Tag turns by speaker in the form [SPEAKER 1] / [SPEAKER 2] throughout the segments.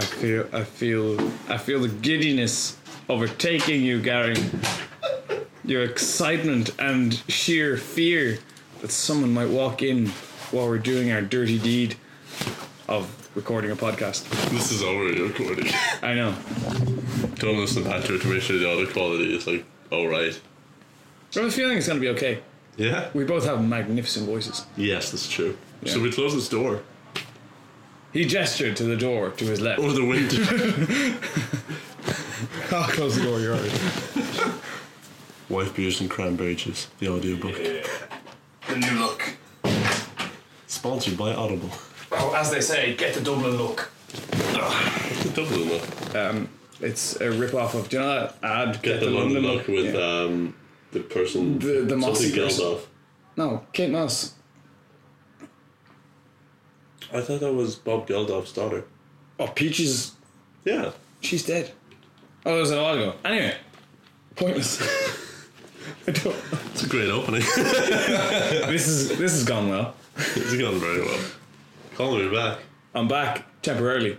[SPEAKER 1] feel, I feel, I feel the giddiness overtaking you, Gary. Your excitement and sheer fear that someone might walk in while we're doing our dirty deed of recording a podcast.
[SPEAKER 2] This is already recorded.
[SPEAKER 1] I know.
[SPEAKER 2] Don't listen back to it to make sure the audio quality is like alright.
[SPEAKER 1] I have a feeling it's going to be okay.
[SPEAKER 2] Yeah?
[SPEAKER 1] We both have magnificent voices.
[SPEAKER 2] Yes, that's true.
[SPEAKER 1] Yeah.
[SPEAKER 2] So we close this door.
[SPEAKER 1] He gestured to the door to his left.
[SPEAKER 2] Or the window.
[SPEAKER 1] I'll close the door, you're right.
[SPEAKER 2] White Beers and Cranberry Juice, the audiobook.
[SPEAKER 3] The new look.
[SPEAKER 2] Sponsored by Audible.
[SPEAKER 3] Oh, as they say, get the Dublin look.
[SPEAKER 2] Dublin look.
[SPEAKER 1] It's a rip-off of, do you know that ad? Get,
[SPEAKER 2] the, London look with
[SPEAKER 1] Yeah.
[SPEAKER 2] um, the person.
[SPEAKER 1] The- the mossy
[SPEAKER 2] something
[SPEAKER 1] person.
[SPEAKER 2] Geldof.
[SPEAKER 1] No, Kate Moss.
[SPEAKER 2] I thought that was Bob Geldof's daughter.
[SPEAKER 1] Oh, Peaches
[SPEAKER 2] Yeah.
[SPEAKER 1] She's dead. Oh, that was a while ago. Anyway, pointless. I don't.
[SPEAKER 2] It's a great opening.
[SPEAKER 1] This is this has gone well.
[SPEAKER 2] it's gone very well. Call me back.
[SPEAKER 1] I'm back temporarily.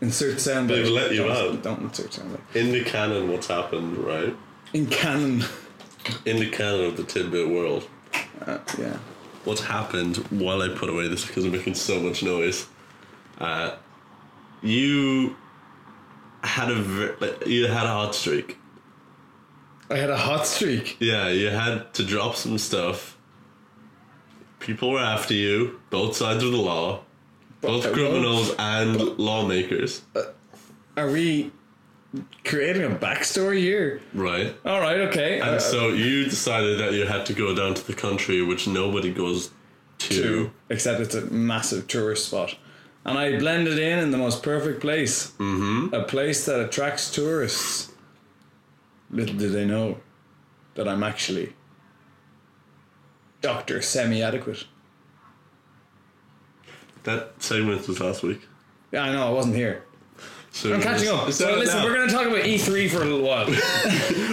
[SPEAKER 1] Insert soundbite.
[SPEAKER 2] They've let you
[SPEAKER 1] Don't-
[SPEAKER 2] out.
[SPEAKER 1] Don't insert soundbite.
[SPEAKER 2] In the canon, what's happened, right?
[SPEAKER 1] In canon.
[SPEAKER 2] In the canon of the tidbit world,
[SPEAKER 1] uh, Yeah.
[SPEAKER 2] what's happened while I put away this because I'm making so much noise. Uh, you had a ver- like, you had a hot streak.
[SPEAKER 1] I had a hot streak.
[SPEAKER 2] Yeah, you had to drop some stuff. People were after you, both sides of the law, both
[SPEAKER 1] But-
[SPEAKER 2] criminals and lawmakers.
[SPEAKER 1] Are we creating a backstory here?
[SPEAKER 2] Right.
[SPEAKER 1] All right. Okay.
[SPEAKER 2] And
[SPEAKER 1] Uh,
[SPEAKER 2] so you decided that you had to go down to the country, which nobody goes to.
[SPEAKER 1] two, except it's a massive tourist spot. And I blended in in the most perfect place. Mm-hmm. A place that attracts tourists. Little do they know that I'm actually Dr. Semi Adequate.
[SPEAKER 2] That segment was last week.
[SPEAKER 1] Yeah, I know, I wasn't here.
[SPEAKER 2] So
[SPEAKER 1] I'm catching up. So listen, we're going to talk about E3 for a little while.
[SPEAKER 2] gonna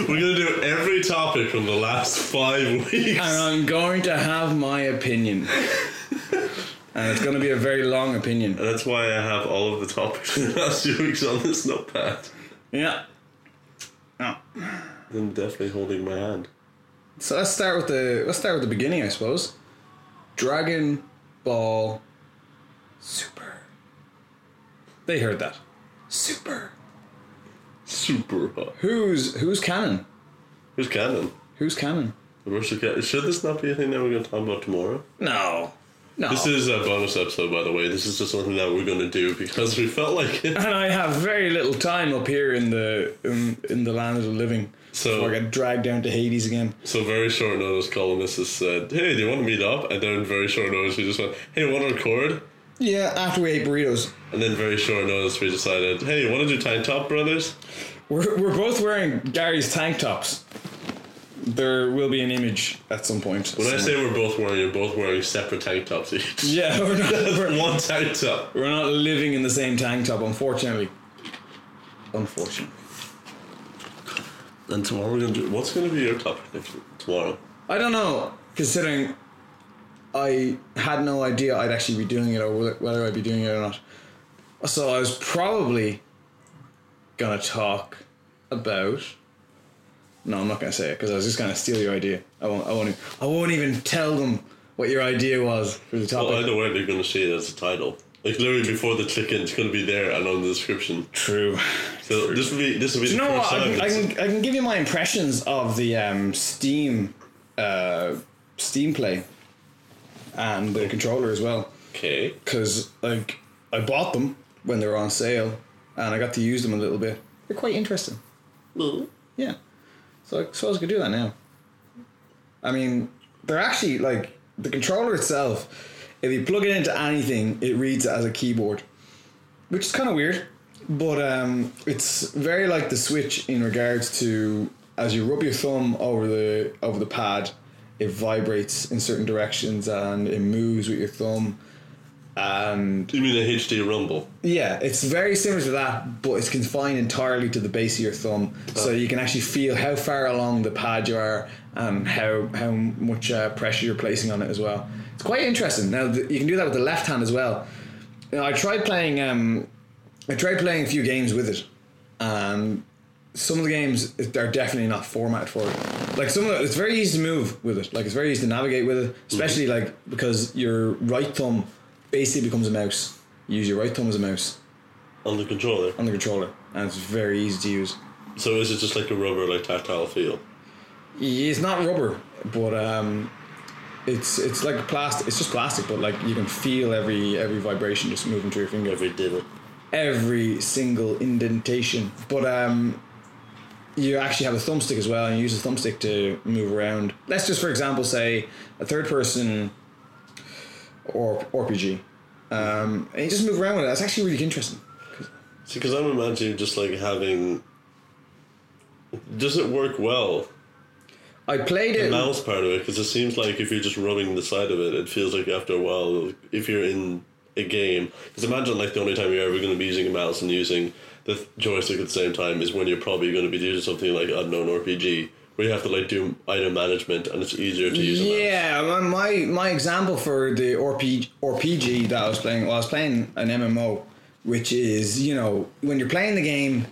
[SPEAKER 2] we're gonna do every topic from the last five weeks.
[SPEAKER 1] and I'm going to have my opinion. and it's going to be a very long opinion.
[SPEAKER 2] That's why I have all of the topics from the last few weeks on this notepad.
[SPEAKER 1] Yeah. Oh.
[SPEAKER 2] I'm definitely holding my hand.
[SPEAKER 1] So let's start with the let's start with the beginning, I suppose. Dragon Ball Super. They heard that. Super.
[SPEAKER 2] Super hot.
[SPEAKER 1] Who's who's canon?
[SPEAKER 2] Who's canon?
[SPEAKER 1] Who's canon?
[SPEAKER 2] The Russia canon. Should this not be a thing that we're gonna talk about tomorrow?
[SPEAKER 1] No. No.
[SPEAKER 2] This is a bonus episode, by the way. This is just something that we're gonna do because we felt like it.
[SPEAKER 1] and I have very little time up here in the in, in the land of the living.
[SPEAKER 2] So-
[SPEAKER 1] before I get dragged down to Hades again.
[SPEAKER 2] So very short notice, columnist has said, "Hey, do you want to meet up?" And then very short notice, we just went, "Hey, want to record?"
[SPEAKER 1] Yeah, after we ate burritos.
[SPEAKER 2] And then very short notice, we decided, "Hey, want to do Time Top Brothers?"
[SPEAKER 1] We're, we're both wearing Gary's tank tops. There will be an image at some point.
[SPEAKER 2] When I say we're both wearing, you're both wearing separate tank tops each.
[SPEAKER 1] yeah, we're not, we're,
[SPEAKER 2] One tank top.
[SPEAKER 1] We're not living in the same tank top, unfortunately. Unfortunately.
[SPEAKER 2] And tomorrow we're gonna do. What's gonna be your topic next tomorrow?
[SPEAKER 1] I don't know, considering I had no idea I'd actually be doing it or whether- whether I'd be doing it or not. So I was probably gonna talk about. No, I'm not gonna say it because I was just gonna steal your idea. I won't. I won't. Even, I won't even tell them what your idea was for the topic.
[SPEAKER 2] Well, either way, they're gonna see it as a title. Like literally before the click in, it's gonna be there and on the description.
[SPEAKER 1] True.
[SPEAKER 2] So this will be this will be
[SPEAKER 1] You
[SPEAKER 2] the
[SPEAKER 1] know
[SPEAKER 2] first
[SPEAKER 1] what? I
[SPEAKER 2] time.
[SPEAKER 1] can, I,
[SPEAKER 2] it's-
[SPEAKER 1] can, I can give you my impressions of the um, Steam uh, Steam Play and the controller as well,
[SPEAKER 2] Okay.
[SPEAKER 1] because like I bought them when they were on sale, and I got to use them a little bit. They're quite interesting. Yeah. So I suppose I could do that now. I mean, they're actually like the controller itself. If you plug it into anything, it reads it as a keyboard, which is kind of weird. But um, it's very like the Switch in regards to as you rub your thumb over the over the pad, it vibrates in certain directions and it moves with your thumb. And
[SPEAKER 2] You mean a HD Rumble?
[SPEAKER 1] yeah, it's very similar to that, but it's confined entirely to the base of your thumb, so you can actually feel how far along the pad you are and how how much uh, pressure you're placing on it as well. It's quite interesting. Now th- you can do that with the left hand as well. You know, I tried playing um, I tried playing a few games with it, and some of the games are definitely not formatted for it. Like some of the, it's very easy to move with it. Like it's very easy to navigate with it, especially like because your right thumb basically becomes a mouse. You use your right thumb as a mouse
[SPEAKER 2] on the controller.
[SPEAKER 1] on the controller, and it's very easy to use.
[SPEAKER 2] So is it just like a rubber, like tactile feel?
[SPEAKER 1] Yeah, It's not rubber, but um, it's it's like plastic. It's just plastic, but like you can feel every every vibration just moving through your finger.
[SPEAKER 2] Every diddle.
[SPEAKER 1] every single indentation. But um, you actually have a thumbstick as well, and you use the thumbstick to move around. Let's just, for example, say a third person or RPG, um, and you just move around with it. That's actually really interesting.
[SPEAKER 2] See, because I'm imagining just like having. Does it work well?
[SPEAKER 1] I played it.
[SPEAKER 2] Mouse part of it, because it seems like if you're just rubbing the side of it, it feels like after a while, if you're in a game, because imagine like the only time you're ever going to be using a mouse and using the th- joystick at the same time is when you're probably going to be doing something like I don't know an RPG where you have to like do item management and it's easier to use. A mouse.
[SPEAKER 1] Yeah, my, my my example for the RPG, RPG that I was playing, well, I was playing an MMO, which is you know when you're playing the game,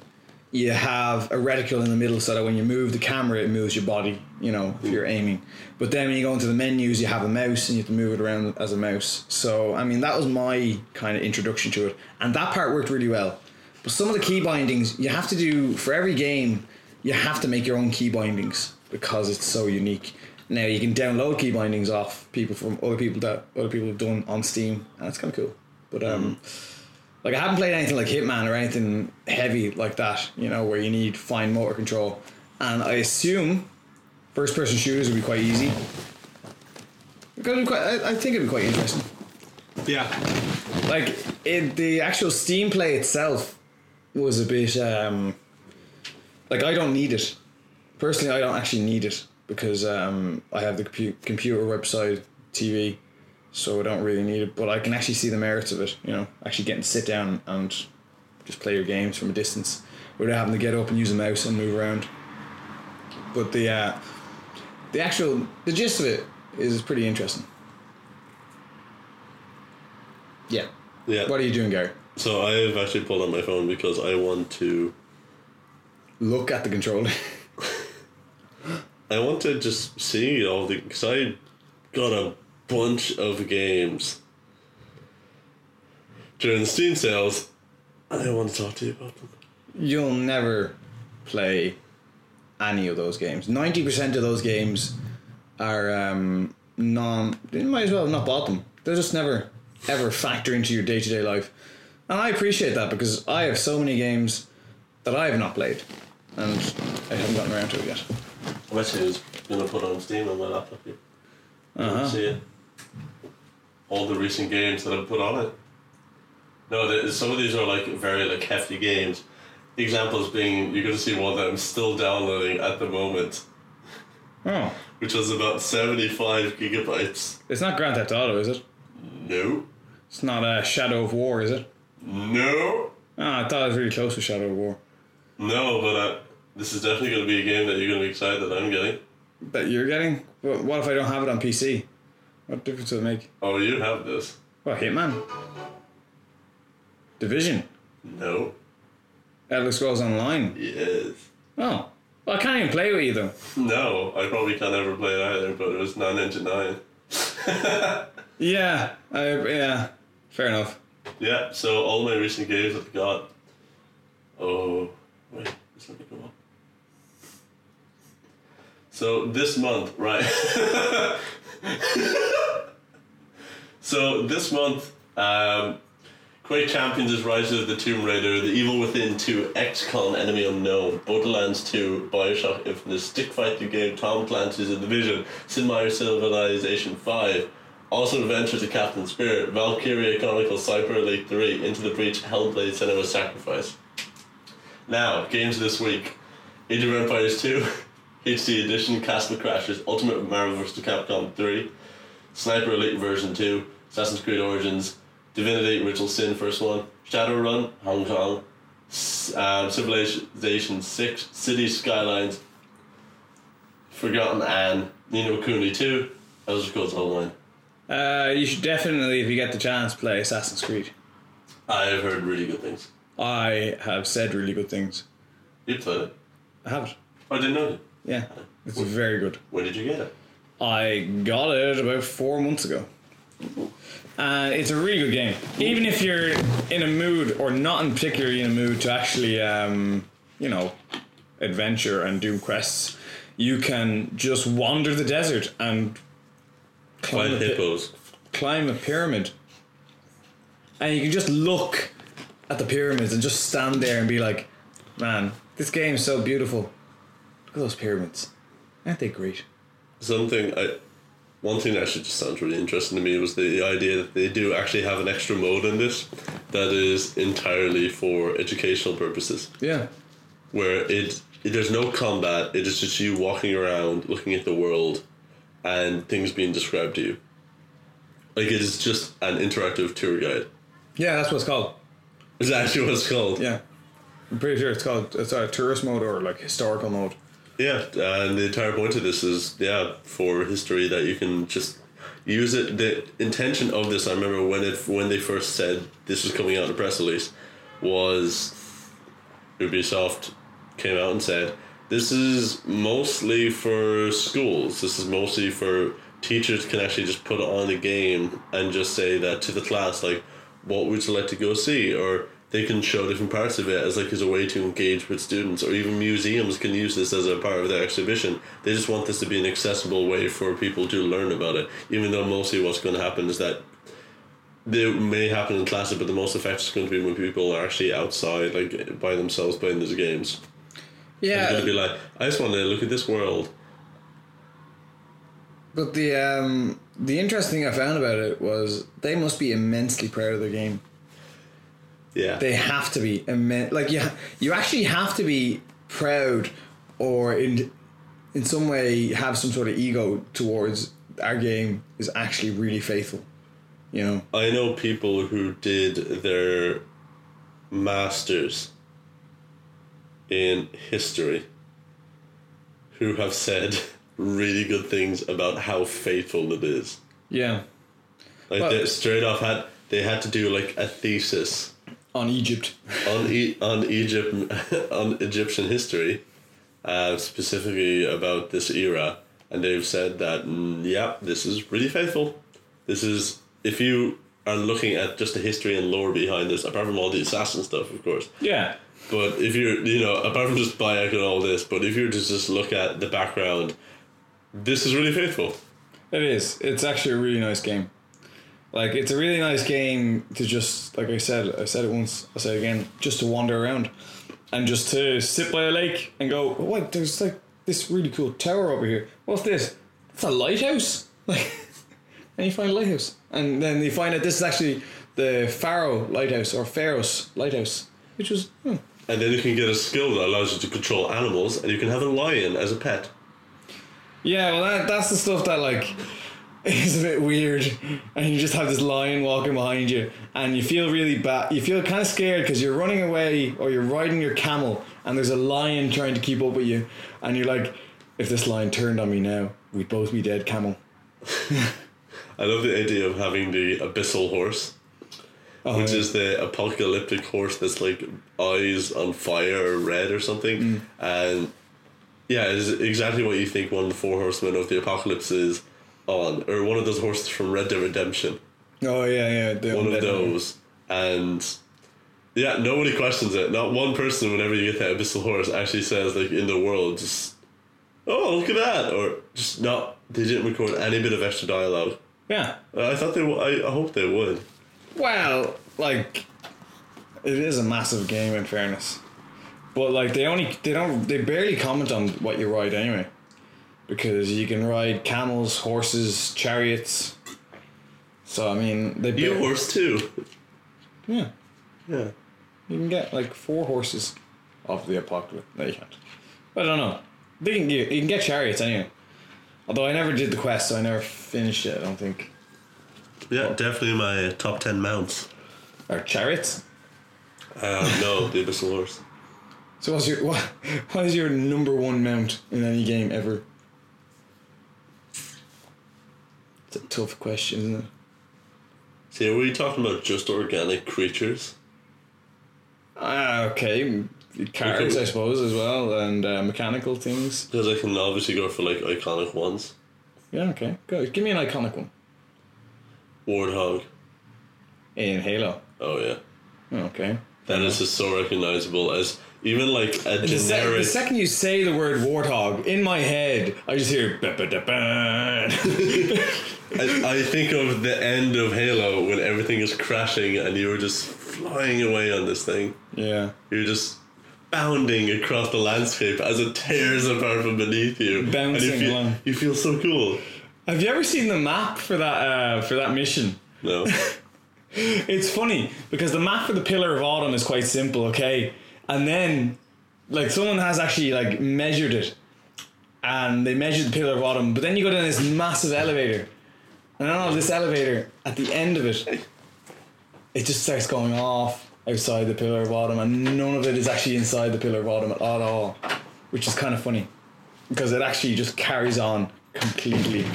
[SPEAKER 1] you have a reticle in the middle so that when you move the camera, it moves your body. You know if you're aiming, but then when you go into the menus, you have a mouse and you have to move it around as a mouse. So I mean that was my kind of introduction to it, and that part worked really well. But some of the key bindings you have to do for every game, you have to make your own key bindings because it's so unique. Now you can download key bindings off people from other people that other people have done on Steam, and that's kind of cool. But um, like I haven't played anything like Hitman or anything heavy like that, you know, where you need fine motor control. And I assume first person shooters would be quite easy. It's gonna be quite- I I think it'd be quite interesting.
[SPEAKER 4] Yeah.
[SPEAKER 1] Like it, the actual Steam play itself was a bit um, like I don't need it. Personally, I don't actually need it because um, I have the compu- computer website, TV, so I don't really need it. But I can actually see the merits of it. You know, actually getting to sit down and just play your games from a distance without having to get up and use a mouse and move around. But the uh, the actual the gist of it is pretty interesting. Yeah.
[SPEAKER 2] Yeah.
[SPEAKER 1] What are you doing, Gary?
[SPEAKER 2] So I have actually pulled out my phone because I want to.
[SPEAKER 1] Look at the controller.
[SPEAKER 2] I want to just see all the because I got a bunch of games during the Steam sales. and I want to talk to you about them.
[SPEAKER 1] You'll never play any of those games. Ninety percent of those games are um, non. You might as well have not bought them. They're just never ever factor into your day to day life, and I appreciate that because I have so many games that I have not played, and I haven't gotten around to it yet.
[SPEAKER 2] I'm actually just gonna put on Steam on my laptop here. uh See it. All the recent games that I've put on it. No, there, some of these are like very like hefty games. Examples being, you're gonna see one that I'm still downloading at the moment,
[SPEAKER 1] Oh,
[SPEAKER 2] which was about 75 gigabytes.
[SPEAKER 1] it's not Grand Theft Auto, is it?
[SPEAKER 2] No,
[SPEAKER 1] It's not uh, Shadow of War, is it?
[SPEAKER 2] no,
[SPEAKER 1] Ah, I thought it was really close to Shadow of War.
[SPEAKER 2] no. But uh, this is definitely gonna be a game that you're gonna be excited that I'm getting.
[SPEAKER 1] That you're getting? Wh- What if I don't have it on PC? What difference does it make?
[SPEAKER 2] Oh, you have this?
[SPEAKER 1] Well, Hitman. Division.
[SPEAKER 2] No.
[SPEAKER 1] Elder Scrolls Online.
[SPEAKER 2] Yes.
[SPEAKER 1] Oh. Well, I can't even play with you, though.
[SPEAKER 2] No, I probably can't ever play it either. But it was nine ninety nine.
[SPEAKER 1] Yeah. I, yeah. Fair enough.
[SPEAKER 2] Yeah, so all my recent games I've got. Oh, wait, this let me go up. So this month, right? so this month, um, Quake Champions is Rise of the Tomb Raider, The Evil Within 2, XCON, Enemy Unknown, Borderlands 2, Bioshock Infinite, Stick Fight the Game, Tom Clancy's The Division, Sid Meier's Civilization 5, Awesome Adventures of Captain Spirit, Valkyria Chronicles Cyber Elite 3, Into the Breach, Hellblade, Senua's Sacrifice. Now, games this week. Age of Empires 2, HD Edition, Castle Crashers, Ultimate Marvel vs. Capcom 3, Sniper Elite Version 2, Assassin's Creed Origins, Divinity Ritual Sin First One, Shadowrun, Hong Kong, S- um, Civilization 6, City Skylines, Forgotten Anne, Nino Cooney 2, Elder Scrolls Online.
[SPEAKER 1] Uh, you should definitely, if you get the chance, play Assassin's Creed.
[SPEAKER 2] I've heard really good things.
[SPEAKER 1] I have said really good things.
[SPEAKER 2] You played it.
[SPEAKER 1] I have it.
[SPEAKER 2] I didn't know it.
[SPEAKER 1] Yeah, it's very good.
[SPEAKER 2] Where did you get it?
[SPEAKER 1] I got it about four months ago. And it's a really good game. Even if you're in a mood, or not in particularly in a mood, to actually, um, you know, adventure and do quests, you can just wander the desert and
[SPEAKER 2] By
[SPEAKER 1] climb a, pi-
[SPEAKER 2] hippos.
[SPEAKER 1] climb a pyramid. And you can just look at the pyramids and just stand there and be like, man, this game's so beautiful. Look at those pyramids. Aren't they great?
[SPEAKER 2] Something I. One thing that actually just sounds really interesting to me was the idea that they do actually have an extra mode in this that is entirely for educational purposes,
[SPEAKER 1] Yeah.
[SPEAKER 2] where it there's no combat. It is just you walking around, looking at the world, and things being described to you. Like it is just an interactive tour guide.
[SPEAKER 1] Yeah, that's what it's called.
[SPEAKER 2] Is actually what it's called.
[SPEAKER 1] Yeah. I'm pretty sure it's called it's a tourist mode or like historical mode.
[SPEAKER 2] Yeah, and the entire point of this is yeah for history that you can just use it. The intention of this, I remember when it when they first said this was coming out in a press release, was Ubisoft came out and said this is mostly for schools. This is mostly for teachers can actually just put on a game and just say that to the class like, what would you like to go see or. They can show different parts of it as like as a way to engage with students, or even museums can use this as a part of their exhibition. They just want this to be an accessible way for people to learn about it. Even though mostly what's going to happen is that they may happen in classes, but the most effect is going to be when people are actually outside, like by themselves playing these games. They're going to be like, I just want to look at this world.
[SPEAKER 1] But the um the interesting thing I found about it was they must be immensely proud of their game.
[SPEAKER 2] Yeah.
[SPEAKER 1] They have to be immense. Like you, ha- you actually have to be proud, or in in some way have some sort of ego towards our game is actually really faithful. You know.
[SPEAKER 2] I know people who did their masters in history who have said really good things about how faithful it is.
[SPEAKER 1] Yeah.
[SPEAKER 2] Like
[SPEAKER 1] Well-
[SPEAKER 2] they straight off had they had to do like a thesis
[SPEAKER 1] On Egypt.
[SPEAKER 2] on e- on Egypt on Egyptian history, uh, specifically about this era, and they've said that mm, yeah, this is really faithful. This is if you are looking at just the history and lore behind this, apart from all the assassin stuff, of course.
[SPEAKER 1] Yeah.
[SPEAKER 2] But if you're you know apart from just Bayek and all this, but if you were to just look at the background, this is really faithful.
[SPEAKER 1] It is. It's actually a really nice game. Like it's a really nice game to just like I said, I said it once, I say it again, just to wander around and just to sit by a lake and go, oh, wait, there's like this really cool tower over here. What's this? It's a lighthouse. Like and you find a lighthouse. And then you find out this is actually the Faro lighthouse or Pharos lighthouse. Which was hmm,
[SPEAKER 2] And then you can get a skill that allows you to control animals, and you can have a lion as a pet.
[SPEAKER 1] Yeah, well, that, that's the stuff that like is a bit weird, and you just have this lion walking behind you, and you feel really bad. You feel kind of scared because you're running away or you're riding your camel, and there's a lion trying to keep up with you, and you're like, if this lion turned on me now, we'd both be dead, camel.
[SPEAKER 2] I love the idea of having the abyssal horse,
[SPEAKER 1] Oh,
[SPEAKER 2] which
[SPEAKER 1] yeah.
[SPEAKER 2] is the apocalyptic horse that's like eyes on fire or red or something.
[SPEAKER 1] Mm.
[SPEAKER 2] And yeah, it's exactly what you think one of the four horsemen of the apocalypse is on, or one of those horses from Red Dead Redemption.
[SPEAKER 1] oh yeah, yeah, the
[SPEAKER 2] One
[SPEAKER 1] undead
[SPEAKER 2] of those. And yeah, nobody questions it. Not one person, whenever you get that abyssal horse, actually says, like, in the world, just, oh, look at that. Or just not, they didn't record any bit of extra dialogue.
[SPEAKER 1] Yeah.
[SPEAKER 2] Uh, I thought they would. I, I hope they would.
[SPEAKER 1] Well, like it is a massive game in fairness, but like they only they don't they barely comment on what you ride anyway, because you can ride camels, horses, chariots. So I mean, they
[SPEAKER 2] You
[SPEAKER 1] bar-
[SPEAKER 2] horse too.
[SPEAKER 1] yeah
[SPEAKER 2] Yeah.
[SPEAKER 1] you can get like four horses of the apocalypse. No, you can't. But I don't know. They can get you can get chariots anyway. Although I never did the quest, so I never finished it. I don't think.
[SPEAKER 2] Yeah, definitely my uh, top ten mounts.
[SPEAKER 1] Or chariots.
[SPEAKER 2] Uh, no, the abyssal horse.
[SPEAKER 1] So what's your what, what is your number one mount in any game ever? It's a tough question, isn't it?
[SPEAKER 2] See, are we talking about just organic creatures?
[SPEAKER 1] I Ah, okay, m- cards I suppose as well, and uh, mechanical things.
[SPEAKER 2] Because I can obviously go for like iconic ones.
[SPEAKER 1] Yeah, okay, good. Give me an iconic one
[SPEAKER 2] Warthog.
[SPEAKER 1] in Halo.
[SPEAKER 2] Oh yeah.
[SPEAKER 1] Okay.
[SPEAKER 2] That is just so recognizable as even like a
[SPEAKER 1] The, sec- the
[SPEAKER 2] generic
[SPEAKER 1] second you say the word warthog, in my head, I just hear. ba-ba-da-ba.
[SPEAKER 2] I, I think of the end of Halo when everything is crashing and you were just flying away on this thing.
[SPEAKER 1] yeah.
[SPEAKER 2] You're just bounding across the landscape as it tears apart from beneath you.
[SPEAKER 1] Bouncing
[SPEAKER 2] and you feel,
[SPEAKER 1] along.
[SPEAKER 2] you feel so cool.
[SPEAKER 1] Have you ever seen the map for that uh, for that mission?
[SPEAKER 2] No.
[SPEAKER 1] It's funny because the map for the Pillar of Autumn is quite simple, okay? And then, like, someone has actually like measured it, and they measured the Pillar of Autumn. But then you go down this massive elevator, and out of this elevator, at the end of it, it just starts going off outside the Pillar of Autumn, and none of it is actually inside the Pillar of Autumn at all, which is kind of funny because it actually just carries on completely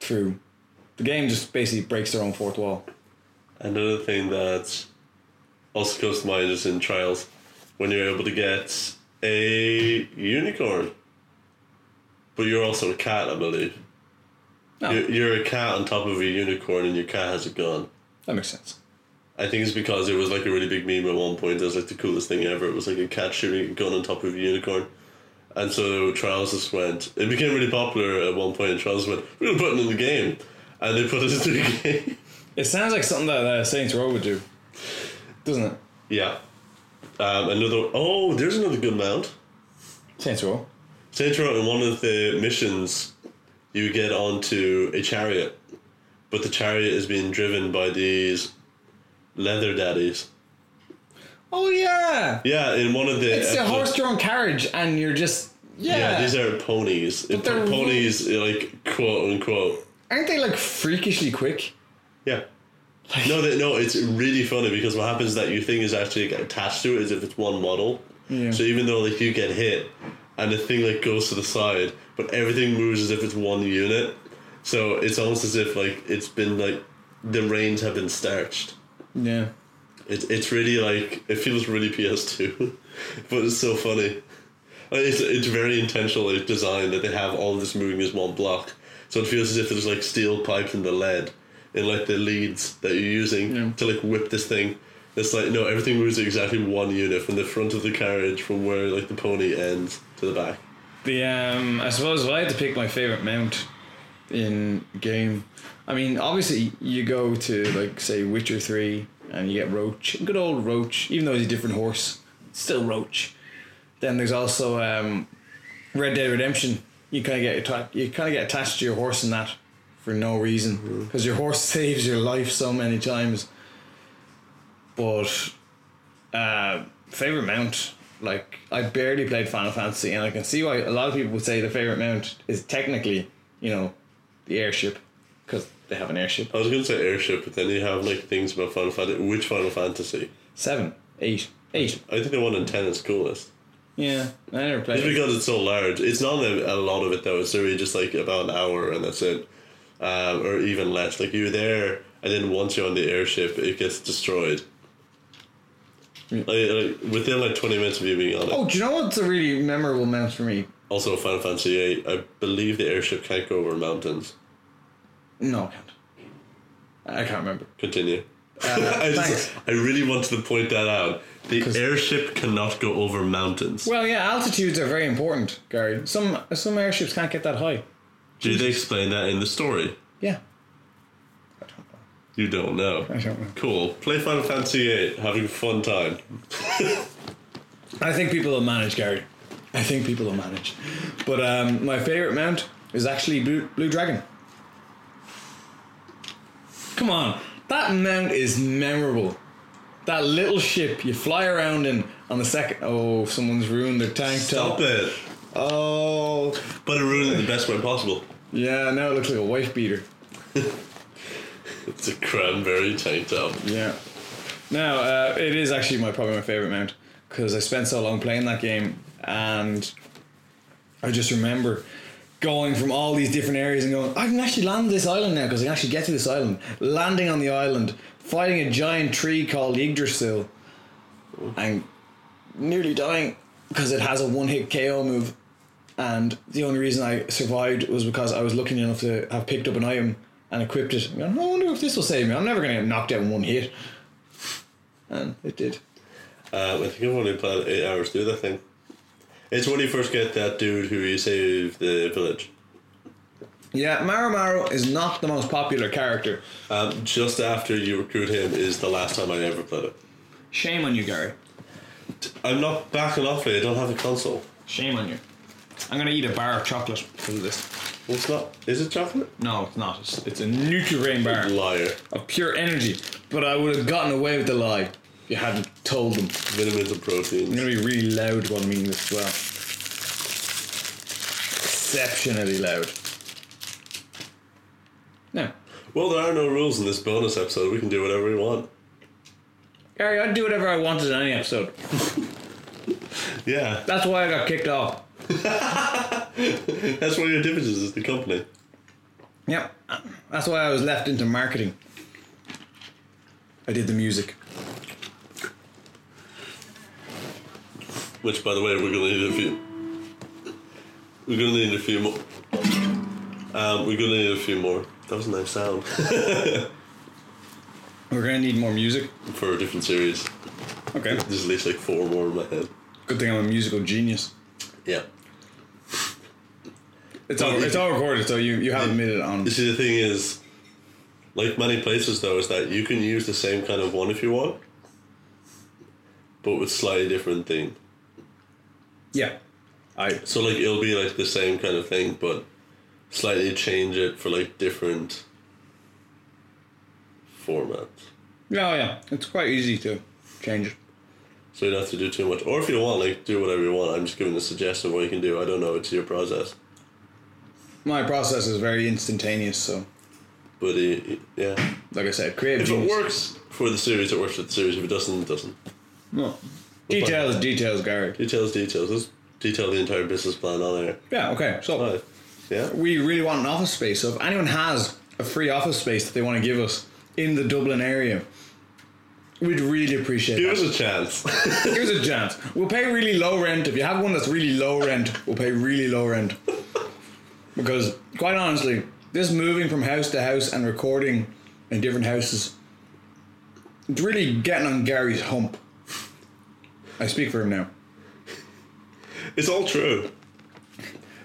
[SPEAKER 1] through. The game just basically breaks their own fourth wall.
[SPEAKER 2] Another thing that also comes to mind is in trials when you're able to get a unicorn. But you're also a cat, I believe.
[SPEAKER 1] No,
[SPEAKER 2] You're, you're a cat on top of a unicorn and your cat has a gun.
[SPEAKER 1] that makes sense.
[SPEAKER 2] I think it's because it was like a really big meme at one point. It was like the coolest thing ever. It was like a cat shooting a gun on top of a unicorn. And so Trials just went. It became really popular at one point, and Trials went, We're going to put it in the game. And they put it into the game.
[SPEAKER 1] It sounds like something that uh, Saints Row would do, doesn't it?
[SPEAKER 2] yeah. Um, another. Oh, there's another good mount.
[SPEAKER 1] Saints Row.
[SPEAKER 2] Saints Row, in one of the missions, you get onto a chariot, but the chariot is being driven by these leather daddies.
[SPEAKER 1] Oh yeah,
[SPEAKER 2] Yeah, in one of the.
[SPEAKER 1] it's a
[SPEAKER 2] episodes-
[SPEAKER 1] horse-drawn carriage, and you're just yeah.
[SPEAKER 2] Yeah, these are ponies. It-
[SPEAKER 1] they're-
[SPEAKER 2] ponies, like quote unquote.
[SPEAKER 1] Aren't they like freakishly quick?
[SPEAKER 2] Yeah. No, they, no, it's really funny because what happens is that your thing is actually attached to it as if it's one model.
[SPEAKER 1] Yeah.
[SPEAKER 2] So even though like you get hit, and the thing like goes to the side, but everything moves as if it's one unit. So it's almost as if like it's been like the reins have been starched.
[SPEAKER 1] Yeah.
[SPEAKER 2] It's it's really like it feels really PS2, but it's so funny. Like, It's it's very intentional like, design that they have all this moving as one block, so it feels as if there's like steel pipes in the lead, in like the leads that you're using
[SPEAKER 1] Yeah.
[SPEAKER 2] to like whip this thing. It's like no, everything moves exactly one unit from the front of the carriage, from where like the pony ends to the back.
[SPEAKER 1] The um, I suppose if I had to pick my favorite mount in game, I mean, obviously you go to like say Witcher three and you get Roach, good old Roach, even though he's a different horse, still Roach. Then there's also um, Red Dead Redemption. You kind of get atta- you kind of get attached to your horse in that for no reason because your horse saves your life so many times. But uh, favorite mount. Like I barely played Final Fantasy, and I can see why a lot of people would say the favorite mount is technically, you know, the airship, because they have an airship.
[SPEAKER 2] I was gonna say airship, but then you have like things about Final Fantasy. Which Final Fantasy?
[SPEAKER 1] Seven, eight, eight.
[SPEAKER 2] I think the one in ten is coolest.
[SPEAKER 1] Yeah, I never played.
[SPEAKER 2] It's
[SPEAKER 1] it.
[SPEAKER 2] because it's so large. It's not a, a lot of it though. It's really just like about an hour and that's it, um, or even less. Like you're there, and then once you're on the airship, it gets destroyed. Like, like, within like twenty minutes of you being on it.
[SPEAKER 1] Oh, do you know what's a really memorable mount for me?
[SPEAKER 2] Also, Final Fantasy VIII, I believe the airship can't go over mountains.
[SPEAKER 1] No, I can't. I can't remember.
[SPEAKER 2] Continue. I,
[SPEAKER 1] thanks.
[SPEAKER 2] just, I really wanted to point that out. The
[SPEAKER 1] 'Cause-
[SPEAKER 2] airship cannot go over mountains.
[SPEAKER 1] Well, yeah, altitudes are very important, Gary. Some some airships can't get that high.
[SPEAKER 2] Do they explain that in the story?
[SPEAKER 1] Yeah.
[SPEAKER 2] You don't know.
[SPEAKER 1] I don't know.
[SPEAKER 2] Cool. Play Final Fantasy VIII, having a fun time.
[SPEAKER 1] I think people will manage, Gary. I think people will manage. But um, my favorite mount is actually Blue, Blue Dragon. Come on, that mount is memorable. That little ship you fly around in on the second. Oh, someone's ruined their tank top.
[SPEAKER 2] Stop it.
[SPEAKER 1] Oh,
[SPEAKER 2] But it ruined it the best way possible.
[SPEAKER 1] yeah. Now it looks like a wife beater.
[SPEAKER 2] It's a cranberry tank top.
[SPEAKER 1] Yeah. No, uh, it is actually my probably my favorite mount because I spent so long playing that game, and I just remember going from all these different areas and going, I can actually land this island now because I can actually get to this island. Landing on the island, fighting a giant tree called Yggdrasil, I'm nearly dying because it has a one hit KO move. And the only reason I survived was because I was lucky enough to have picked up an item and equipped it. I wonder if this will save me. I'm never going to get knocked out in one hit. And it did.
[SPEAKER 2] Uh, I think I've only played eight hours through that thing. It's when you first get that dude who you save the village.
[SPEAKER 1] Yeah, Maru Maru is not the most popular character.
[SPEAKER 2] Um, just after you recruit him is the last time I ever played it.
[SPEAKER 1] Shame on you, Gary.
[SPEAKER 2] I'm not backing off it. I don't have a console.
[SPEAKER 1] Shame on you. I'm going to eat a bar of chocolate because of this.
[SPEAKER 2] Well, It's not. Is it chocolate?
[SPEAKER 1] No, it's not. It's, it's a Nutrigrain bar
[SPEAKER 2] Liar.
[SPEAKER 1] of pure energy. But I would have gotten away with the lie if you hadn't told them.
[SPEAKER 2] Vitamins and proteins.
[SPEAKER 1] I'm gonna be really loud while I'm eating this as well. Exceptionally loud. No.
[SPEAKER 2] Well, there are no rules in this bonus episode. We can do whatever we want.
[SPEAKER 1] Gary, I'd do whatever I wanted in any episode.
[SPEAKER 2] Yeah,
[SPEAKER 1] That's why I got kicked off.
[SPEAKER 2] that's one of your differences is the company.
[SPEAKER 1] Yep. That's why I was left into marketing. I did the music.
[SPEAKER 2] Which, by the way, we're gonna need a few. We're gonna need a few more. Um, we're gonna need a few more. That was a nice sound
[SPEAKER 1] We're gonna need more music.
[SPEAKER 2] for a different series.
[SPEAKER 1] Okay.
[SPEAKER 2] There's at least like four more in my head.
[SPEAKER 1] Good thing I'm a musical genius.
[SPEAKER 2] Yeah.
[SPEAKER 1] It's all it's all recorded, so you, you haven't made it on.
[SPEAKER 2] You see, the thing is, like many places though, is that you can use the same kind of one if you want, but with slightly different theme.
[SPEAKER 1] Yeah. I oh,
[SPEAKER 2] So like it'll be like the same kind of thing, but slightly change it for like different formats.
[SPEAKER 1] No, yeah, it's quite easy to change. it.
[SPEAKER 2] So you don't have to do too much. Or if you want, like do whatever you want. I'm just giving a suggestion of what you can do. I don't know, it's your process.
[SPEAKER 1] My process is very instantaneous, so
[SPEAKER 2] But it, it- yeah.
[SPEAKER 1] like I said, creative
[SPEAKER 2] If it
[SPEAKER 1] genius.
[SPEAKER 2] works for the series, it works for the series. If it doesn't, it doesn't.
[SPEAKER 1] No. Details, details, Gary.
[SPEAKER 2] Details, details. Let's detail the entire business plan on there.
[SPEAKER 1] Yeah, okay. So
[SPEAKER 2] Right. Yeah.
[SPEAKER 1] we really want an office space. So if anyone has a free office space that they want to give us in the Dublin area, we'd really appreciate
[SPEAKER 2] Give
[SPEAKER 1] it.
[SPEAKER 2] us a chance.
[SPEAKER 1] Give us a chance. We'll pay really low rent. If you have one that's really low rent, we'll pay really low rent. Because quite honestly, this moving from house to house and recording in different houses, it's really getting on Gary's hump. I speak for him now.
[SPEAKER 2] It's all true.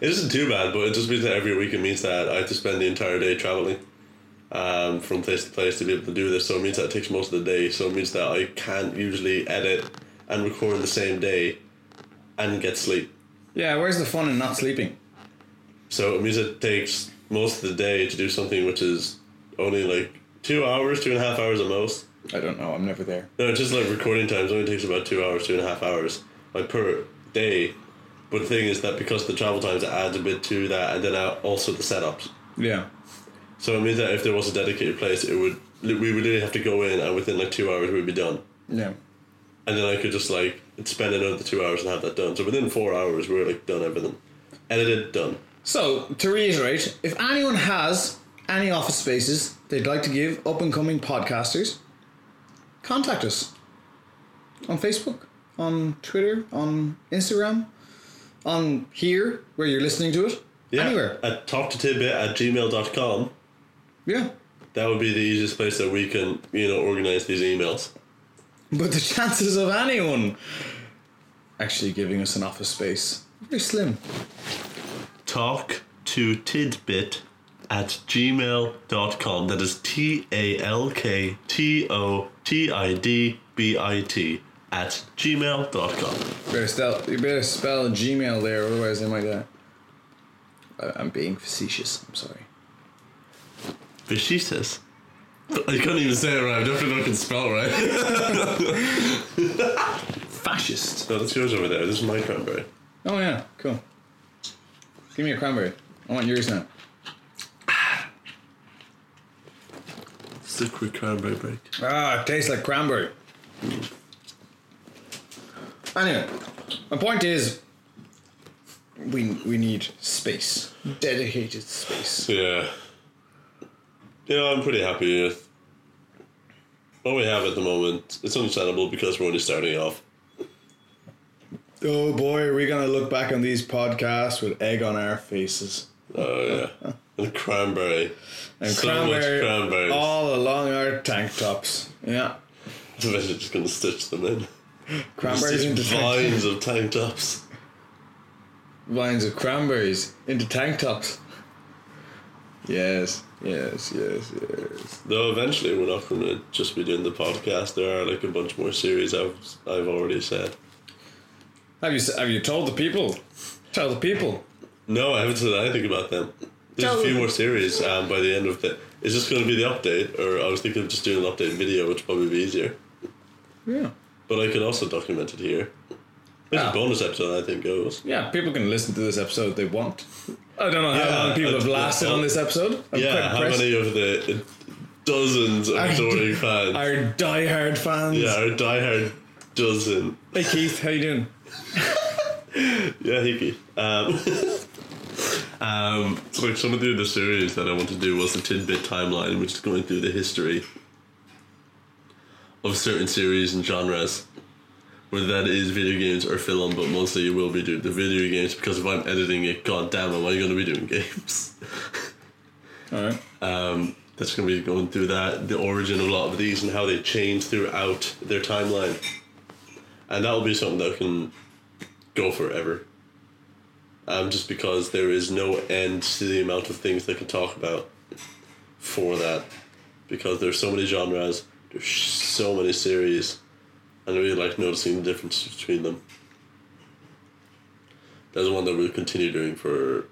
[SPEAKER 2] It isn't too bad, but it just means that every week it means that I have to spend the entire day traveling um, from place to place to be able to do this. So it means that it takes most of the day. So it means that I can't usually edit and record the same day and get sleep.
[SPEAKER 1] Yeah, where's the fun in not sleeping?
[SPEAKER 2] So it means it takes most of the day to do something which is only like two hours, two and a half hours at most.
[SPEAKER 1] I don't know. I'm never there.
[SPEAKER 2] No, just like recording times only takes about two hours, two and a half hours, like per day. But the thing is that because the travel times it adds a bit to that, and then uh, also the setups.
[SPEAKER 1] Yeah.
[SPEAKER 2] So it means that if there was a dedicated place, it would we would literally have to go in, and within like two hours we'd be done.
[SPEAKER 1] Yeah.
[SPEAKER 2] And then I could just like spend another two hours and have that done. So within four hours, we are like done everything, edited, done.
[SPEAKER 1] So, to reiterate, if anyone has any office spaces they'd like to give up and coming podcasters, contact us on Facebook, on Twitter, on Instagram, on here where you're listening to it. Anywhere.
[SPEAKER 2] At talk to tidbit at gmail.com.
[SPEAKER 1] Yeah.
[SPEAKER 2] That would be the easiest place that we can you know organize these emails.
[SPEAKER 1] But the chances of anyone actually giving us an office space are very slim.
[SPEAKER 2] talk to tidbit at gmail.com. That is T A L K T O T I D B I T at gmail.com.
[SPEAKER 1] Better spell, you better spell Gmail there, otherwise they might get. I- I'm being facetious. I'm sorry.
[SPEAKER 2] Vicious. I couldn't even say it right. I definitely not can spell right.
[SPEAKER 1] Fascist.
[SPEAKER 2] no, that's yours over there. This is my cranberry.
[SPEAKER 1] Oh yeah, cool. Give me a cranberry. I want yours now.
[SPEAKER 2] It's the quick cranberry break.
[SPEAKER 1] Ah, it tastes like cranberry. Anyway, my point is, we we need space, dedicated space.
[SPEAKER 2] Yeah. Yeah, I'm pretty happy with What we have at the moment, it's understandable because we're only starting off.
[SPEAKER 1] Oh boy, are we gonna look back on these podcasts with egg on our faces
[SPEAKER 2] Oh yeah, and cranberry,
[SPEAKER 1] and Oh.
[SPEAKER 2] so much cranberries.
[SPEAKER 1] all along our tank tops? Yeah,
[SPEAKER 2] I bet you're just gonna stitch them in.
[SPEAKER 1] cranberries
[SPEAKER 2] Stitch
[SPEAKER 1] into tank,
[SPEAKER 2] vines of tank tops.
[SPEAKER 1] vines of cranberries into tank tops. Yes, yes, yes, yes.
[SPEAKER 2] Though eventually we're not gonna just be doing the podcast. There are like a bunch more series I've I've already said.
[SPEAKER 1] Have you have you told the people? Tell the people.
[SPEAKER 2] No, I haven't said anything about them. There's
[SPEAKER 1] Tell
[SPEAKER 2] a few
[SPEAKER 1] them.
[SPEAKER 2] more series um, by the end of the. Is this going to be the update, or I was thinking of just doing an update video, which would probably be easier.
[SPEAKER 1] Yeah,
[SPEAKER 2] But I could also document it here. There's
[SPEAKER 1] Ah.
[SPEAKER 2] a bonus episode, I think goes.
[SPEAKER 1] yeah. People can listen to this episode if they want. I don't know how
[SPEAKER 2] Yeah,
[SPEAKER 1] long people
[SPEAKER 2] I-
[SPEAKER 1] have lasted on this episode. I'm quite
[SPEAKER 2] yeah, how
[SPEAKER 1] impressed.
[SPEAKER 2] many of the dozens of adoring fans?
[SPEAKER 1] Our diehard fans.
[SPEAKER 2] yeah, our diehard dozen.
[SPEAKER 1] Hey Keith, how you doing?
[SPEAKER 2] Yeah, Hickey. Um, um, so like some of the other series that I want to do was the tidbit timeline, which is going through the history of certain series and genres. Whether that is video games or film, but mostly it will be doing the video games because if I'm editing it, goddamn, am I going to be doing games?
[SPEAKER 1] All right.
[SPEAKER 2] Um, that's going to be going through that, the origin of a lot of these and how they change throughout their timeline. And that will be something that can go forever. Um, just because there is no end to the amount of things they can talk about for that. Because there's so many genres, there's so many series, and I really like noticing the difference between them. That's one that we'll continue doing for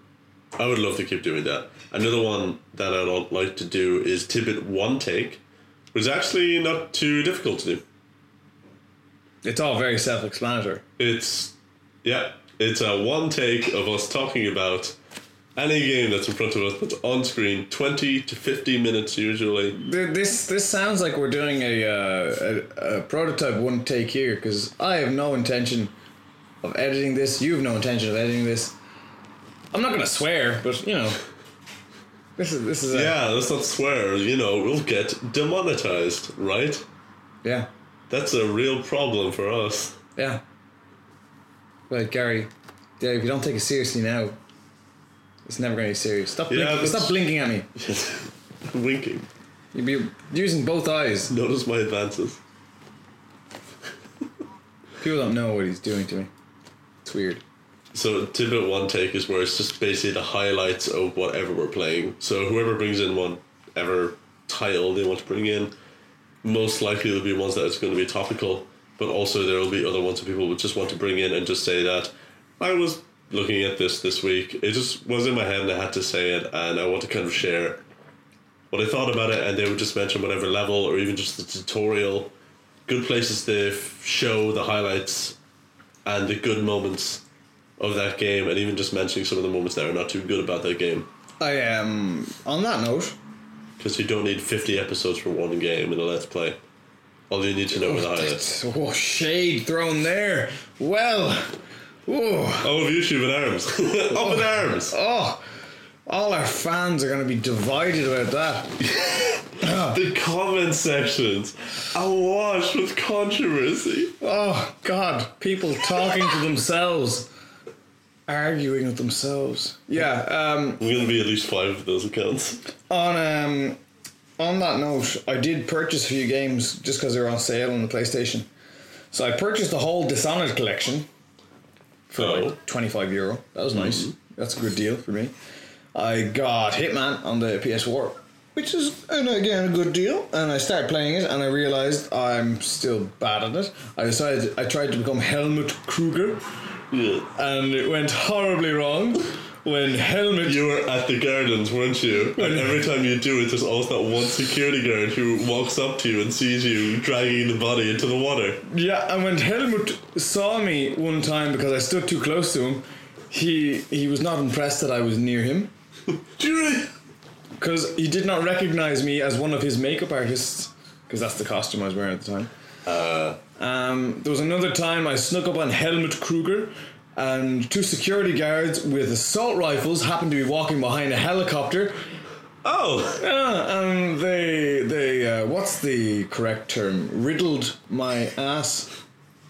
[SPEAKER 2] I would love to keep doing that. Another one that I'd like to do is Tibbet One Take, which is actually not too difficult to do.
[SPEAKER 1] It's all very self-explanatory.
[SPEAKER 2] It's, yeah, it's a one take of us talking about any game that's in front of us that's on screen, 20 to 50 minutes usually.
[SPEAKER 1] Th- This this sounds like we're doing a uh, a, a prototype one take here because I have no intention of editing this. You have no intention of editing this. I'm not gonna swear, but you know, this is this is a,
[SPEAKER 2] Yeah, let's not swear, you know, we'll get demonetized, right?
[SPEAKER 1] yeah
[SPEAKER 2] That's a real problem for us.
[SPEAKER 1] yeah. Right, Gary. Yeah, if you don't take it seriously now, it's never gonna be serious. Stop
[SPEAKER 2] Yeah,
[SPEAKER 1] blinking.
[SPEAKER 2] that's-
[SPEAKER 1] Stop blinking at me.
[SPEAKER 2] Winking.
[SPEAKER 1] You'd be using both eyes.
[SPEAKER 2] Notice my advances.
[SPEAKER 1] People don't know what he's doing to me. It's weird.
[SPEAKER 2] So Tibbet one take is where it's just basically the highlights of whatever we're playing. So whoever brings in whatever title they want to bring in, most likely there'll be ones that it's going to be topical, but also there will be other ones that people would just want to bring in and just say that I was looking at this this week. It just was in my head and I had to say it, and I want to kind of share what I thought about it, and they would just mention whatever level or even just the tutorial. Good places to f- show the highlights and the good moments of that game and even just mentioning some of the moments that are not too good about that game
[SPEAKER 1] I am on that note.
[SPEAKER 2] because you don't need 50 episodes for one game in a let's play all you need to know are the highlights
[SPEAKER 1] Oh, shade thrown there. Well, oh,
[SPEAKER 2] all of youtube in arms up in arms
[SPEAKER 1] oh, all our fans are going to be divided about that.
[SPEAKER 2] the comment sections awash with controversy
[SPEAKER 1] Oh God, people talking to themselves, arguing with themselves. Yeah. Um.
[SPEAKER 2] we're gonna be at least five of those accounts
[SPEAKER 1] On um. On that note, I did purchase a few games just because they were on sale on the PlayStation. So I purchased the whole Dishonored collection.
[SPEAKER 2] for
[SPEAKER 1] like 25 euro. That was
[SPEAKER 2] Mm-hmm.
[SPEAKER 1] nice. That's a good deal for me. I got Hitman on the PS4, which is and again a good deal. And I started playing it, and I realized I'm still bad at it. I decided I tried to become Helmut Kruger,
[SPEAKER 2] yeah.
[SPEAKER 1] and it went horribly wrong when Helmut.
[SPEAKER 2] you were at the gardens weren't you and every time you do it there's always that one security guard who walks up to you and sees you dragging the body into the water
[SPEAKER 1] Yeah, and when Helmut saw me one time because I stood too close to him, he he was not impressed that I was near him
[SPEAKER 2] Jury!
[SPEAKER 1] because he did not recognize me as one of his makeup artists because that's the costume I was wearing at the time. Um, there was another time I snuck up on Helmut Kruger, and two security guards with assault rifles happened to be walking behind a helicopter,
[SPEAKER 2] Oh,
[SPEAKER 1] Yeah, and they they uh, what's the correct term? Riddled my ass.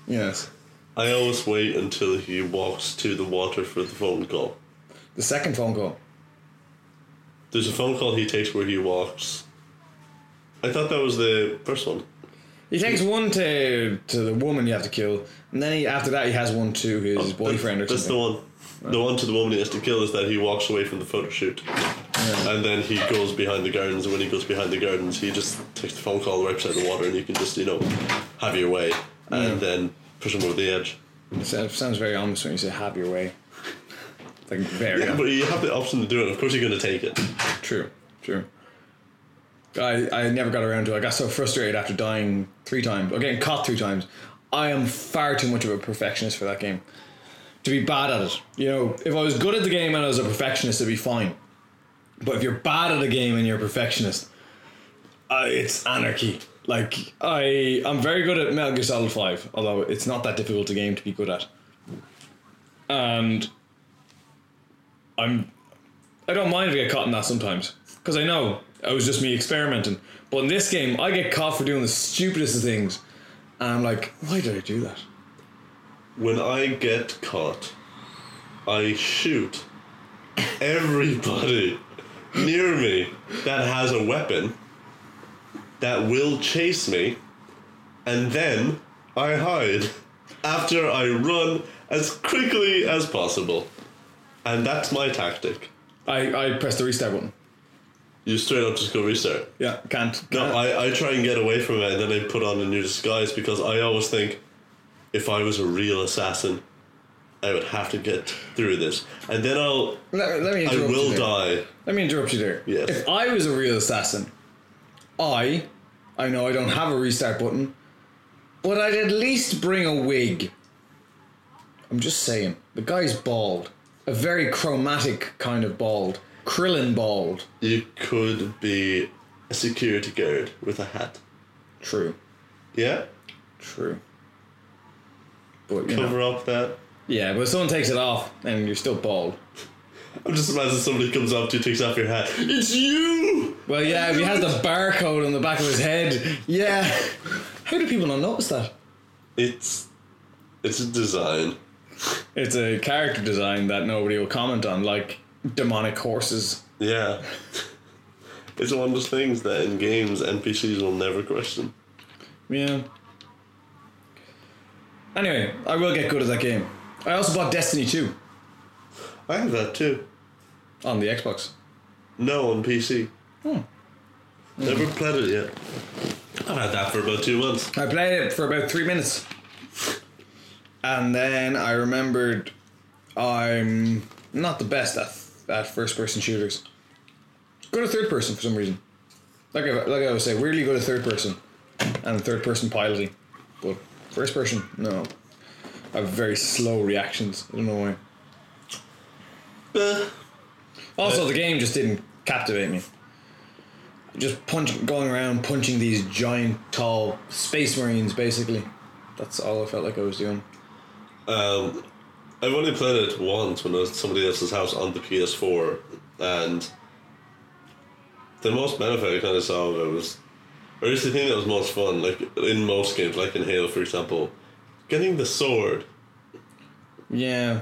[SPEAKER 1] Yes,
[SPEAKER 2] I always wait until he walks to the water for the phone call.
[SPEAKER 1] the second phone call.
[SPEAKER 2] There's a phone call he takes where he walks. I thought that was the first one.
[SPEAKER 1] He takes one to to the woman you have to kill, and then he, after that he has one to his boyfriend or
[SPEAKER 2] That's- That's
[SPEAKER 1] something.
[SPEAKER 2] the one. The one to the woman he has to kill is that he walks away from the photo shoot, and then he goes behind the gardens. And when he goes behind the gardens, he just takes the phone call right beside the water, and you can just you know have your way, and then push him over the edge.
[SPEAKER 1] So- sounds very ominous when you say "have your way." It's like very ominous.
[SPEAKER 2] But you have the option to do it. Of course, you're going to take it.
[SPEAKER 1] True, true. I, I never got around to it. I got so frustrated after dying three times, or getting caught three times. I am far too much of a perfectionist for that game. To be bad at it. You know, if I was good at the game and I was a perfectionist, it'd be fine. But if you're bad at a game and you're a perfectionist, uh, it's anarchy. Like, I, I'm very good at Metal Gear Solid 5, although it's not that difficult a game to be good at. And I'm I don't mind if I get caught in that sometimes because I know it was just me experimenting. But in this game, I get caught for doing the stupidest of things, and I'm like, why did I do that?
[SPEAKER 2] When I get caught, I shoot everybody near me that has a weapon that will chase me, and then I hide after I run as quickly as possible. And that's my tactic.
[SPEAKER 1] I I pressed the restart button.
[SPEAKER 2] You straight up just go restart.
[SPEAKER 1] Yeah, can't.
[SPEAKER 2] No,
[SPEAKER 1] can't.
[SPEAKER 2] I, I try and get away from it, and then I put on a new disguise because I always think if I was a real assassin, I would have to get through this, and then I'll
[SPEAKER 1] let, let me
[SPEAKER 2] I
[SPEAKER 1] interrupt you
[SPEAKER 2] will
[SPEAKER 1] there.
[SPEAKER 2] die.
[SPEAKER 1] Let me interrupt you there.
[SPEAKER 2] Yes.
[SPEAKER 1] If I was a real assassin, I, I know I don't have a restart button, but I'd at least bring a wig. I'm just saying, the guy's bald, a very chromatic kind of bald, Krillin bald.
[SPEAKER 2] You could be a security guard with a hat.
[SPEAKER 1] True.
[SPEAKER 2] Yeah,
[SPEAKER 1] True. But you know,
[SPEAKER 2] cover up that.
[SPEAKER 1] yeah, but if someone takes it off and you're still bald.
[SPEAKER 2] I'm just imagining somebody comes up to you, takes off your hat. It's you.
[SPEAKER 1] Well, yeah, if he has the barcode on the back of his head, yeah. How do people not notice that?
[SPEAKER 2] It's it's a design.
[SPEAKER 1] It's a character design that nobody will comment on, like demonic horses.
[SPEAKER 2] Yeah, it's one of those things that in games NPCs will never question.
[SPEAKER 1] Yeah. Anyway, I will get good at that game. I also bought Destiny 2
[SPEAKER 2] I have that too.
[SPEAKER 1] on the Xbox.
[SPEAKER 2] No, on PC. Never played it yet. I've had that for about two months.
[SPEAKER 1] I played it for about three minutes. And then I remembered I'm not the best at, at first person shooters. Good at third person for some reason. Like I, like I always say, weirdly good at third person and third person piloting. But first person, no. I have very slow reactions. I don't know why.
[SPEAKER 2] Eh,
[SPEAKER 1] Also, the game just didn't captivate me. Just punch, going around punching these giant, tall space marines. Basically, that's all I felt like I was doing.
[SPEAKER 2] Um, I've only played it once when I was at somebody else's house on the PS4, and the most benefit I kind of saw of it was, or at least the thing that was most fun, like in most games, like in Halo, for example, getting the sword.
[SPEAKER 1] Yeah,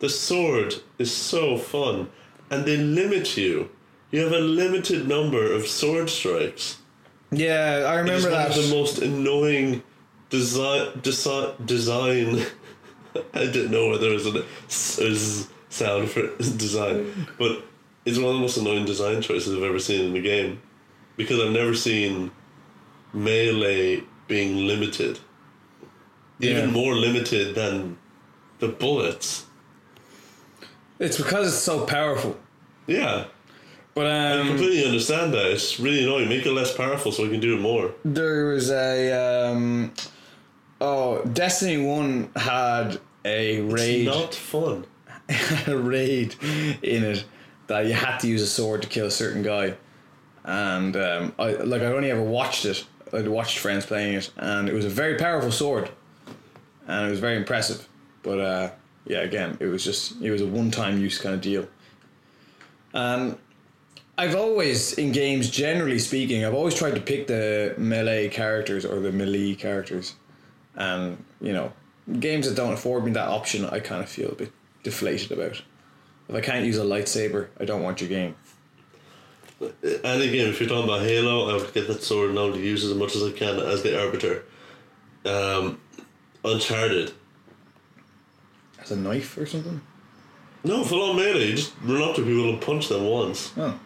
[SPEAKER 2] The sword is so fun, and they limit you. You have a limited number of sword strikes.
[SPEAKER 1] yeah, I
[SPEAKER 2] It's
[SPEAKER 1] remember
[SPEAKER 2] one
[SPEAKER 1] that.
[SPEAKER 2] of the most annoying design desi- design. I didn't know whether it was a s- a z- sound for design, but it's one of the most annoying design choices I've ever seen in a game because I've never seen melee being limited, even
[SPEAKER 1] Yeah.
[SPEAKER 2] more limited than the bullets.
[SPEAKER 1] it's because it's so powerful.
[SPEAKER 2] Yeah,
[SPEAKER 1] But
[SPEAKER 2] I
[SPEAKER 1] um,
[SPEAKER 2] completely understand that. It's really annoying. Make it less powerful so I can do it more.
[SPEAKER 1] there was a um, oh, Destiny One had a raid,
[SPEAKER 2] It's not fun.
[SPEAKER 1] a raid in it that you had to use a sword to kill a certain guy. and um, I like I only ever watched it. I'd watched friends playing it, and it was a very powerful sword, and it was very impressive. But uh, yeah, again, it was just it was a one-time use kind of deal. Um, I've always in games, generally speaking, I've always tried to pick the melee characters or the melee characters, and you know, games that don't afford me that option, I kind of feel a bit deflated about. If I can't use a lightsaber, I don't want your game.
[SPEAKER 2] And again, if you're talking about Halo, I would get that sword now to use as much as I can as the Arbiter. Um, Uncharted.
[SPEAKER 1] As a knife or something.
[SPEAKER 2] No, full on melee. You just run up to people and punch them once.
[SPEAKER 1] Oh.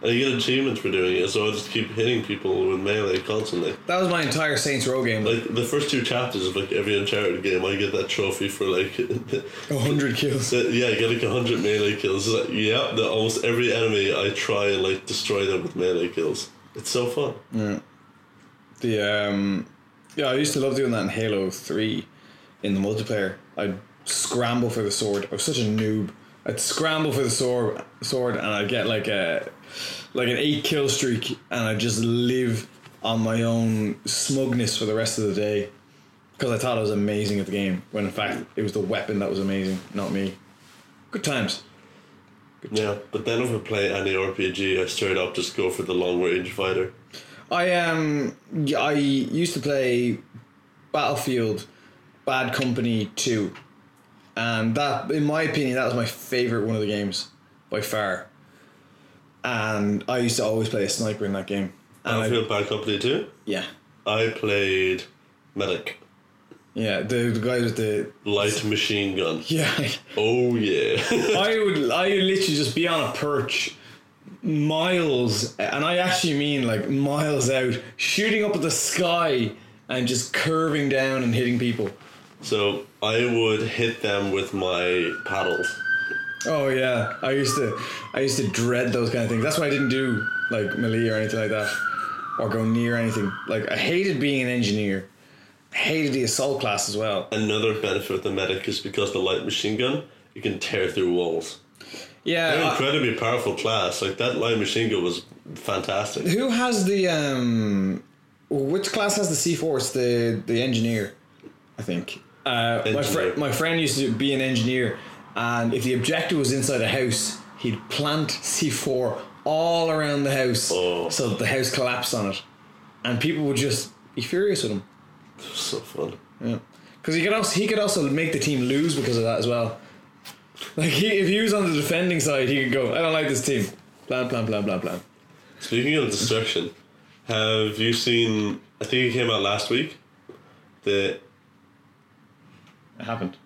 [SPEAKER 2] And you get achievements for doing it, so I just keep hitting people with melee constantly.
[SPEAKER 1] That was my entire Saints Row game. Like
[SPEAKER 2] Like, the first two chapters of like every Uncharted game, I get that trophy for like
[SPEAKER 1] hundred kills.
[SPEAKER 2] So, yeah, I get like 100 melee kills. It's like, yeah, the, almost every enemy I try and like destroy them with melee kills. It's so fun.
[SPEAKER 1] The um, yeah, I used to love doing that in Halo Three, in the multiplayer. I'd scramble for the sword. I was such a noob. I'd scramble for the sword, sword, and I'd get like a, like an eight kill streak, and I'd just live on my own smugness for the rest of the day, because I thought I was amazing at the game. When in fact, it was the weapon that was amazing, not me. Good times.
[SPEAKER 2] Yeah, but then if I play any RPG, I straight up just go for the long range fighter.
[SPEAKER 1] I um y- I used to play Battlefield Bad Company 2 and that in my opinion that was my favorite one of the games by far. And I used to always play a sniper in that game. And I,
[SPEAKER 2] Battlefield Bad Company 2,
[SPEAKER 1] yeah.
[SPEAKER 2] I played Medic.
[SPEAKER 1] Yeah, the, the guy with the
[SPEAKER 2] Light machine gun.
[SPEAKER 1] yeah.
[SPEAKER 2] Oh yeah.
[SPEAKER 1] I would I would literally just be on a perch miles and I actually mean like miles out shooting up at the sky and just curving down and hitting people.
[SPEAKER 2] so I would hit them with my paddles.
[SPEAKER 1] Oh yeah, I used to, I used to dread those kind of things. That's why I didn't do like melee or anything like that, or go near anything. Like I hated being an engineer, I hated the assault class as well.
[SPEAKER 2] Another benefit of the medic is because the light machine gun, you can tear through walls. An
[SPEAKER 1] Yeah,
[SPEAKER 2] incredibly powerful class. Like that light machine gun was fantastic.
[SPEAKER 1] who has the um, which class has the C four? It's the the engineer, I think. Uh, my
[SPEAKER 2] Engineer.
[SPEAKER 1] friend, my friend used to be an engineer, and if the objective was inside a house, he'd plant C four all around the house
[SPEAKER 2] Oh.
[SPEAKER 1] so that the house collapsed on it, and people would just be furious with him.
[SPEAKER 2] So fun.
[SPEAKER 1] Yeah, because he could also he could also make the team lose because of that as well. Like he, if he was on the defending side, he could go. I don't like this team. Plan, plan, plan, plan, plan.
[SPEAKER 2] Speaking of destruction, have you seen? I think it came out last week. The
[SPEAKER 1] I haven't.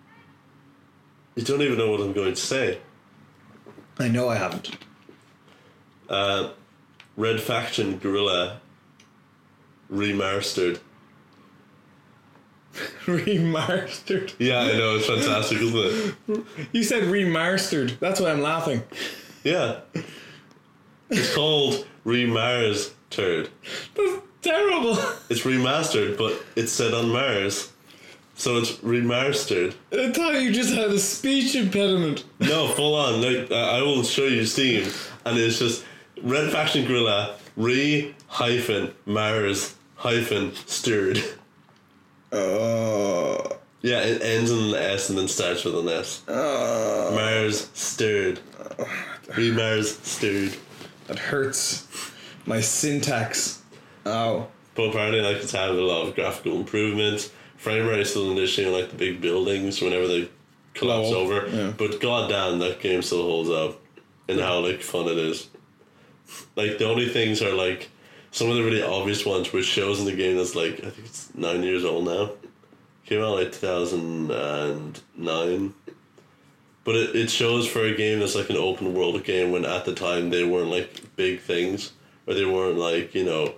[SPEAKER 2] you don't even know what I'm going to say.
[SPEAKER 1] I know I haven't.
[SPEAKER 2] Red Faction Gorilla remastered.
[SPEAKER 1] remastered.
[SPEAKER 2] Yeah, I know it's fantastic, isn't it?
[SPEAKER 1] You said remastered. That's why I'm laughing.
[SPEAKER 2] Yeah, it's called Remars Turd.
[SPEAKER 1] That's terrible.
[SPEAKER 2] It's remastered, but it's set on Mars, so it's remastered.
[SPEAKER 1] I thought you just had a speech impediment.
[SPEAKER 2] No, full on. Like I I will show you Steam, and it's just Red Faction Gorilla re hyphen Mars hyphen stirred.
[SPEAKER 1] Oh.
[SPEAKER 2] Yeah, it ends in an S and then starts with an S. Mars stirred. Re Mars stirred.
[SPEAKER 1] That hurts. My syntax. Oh.
[SPEAKER 2] But apparently, like it's had a lot of graphical improvements. Frame rate is still an issue in like the big buildings whenever they collapse
[SPEAKER 1] Level,
[SPEAKER 2] over.
[SPEAKER 1] yeah.
[SPEAKER 2] But goddamn, that game still holds up, and how like fun it is. Like the only things are like some of the really obvious ones, which shows in the game that's like I think it's nine years old now. Came out like two thousand and nine. But it, it shows for a game that's like an open world game when at the time they weren't like big things or they weren't like, you know,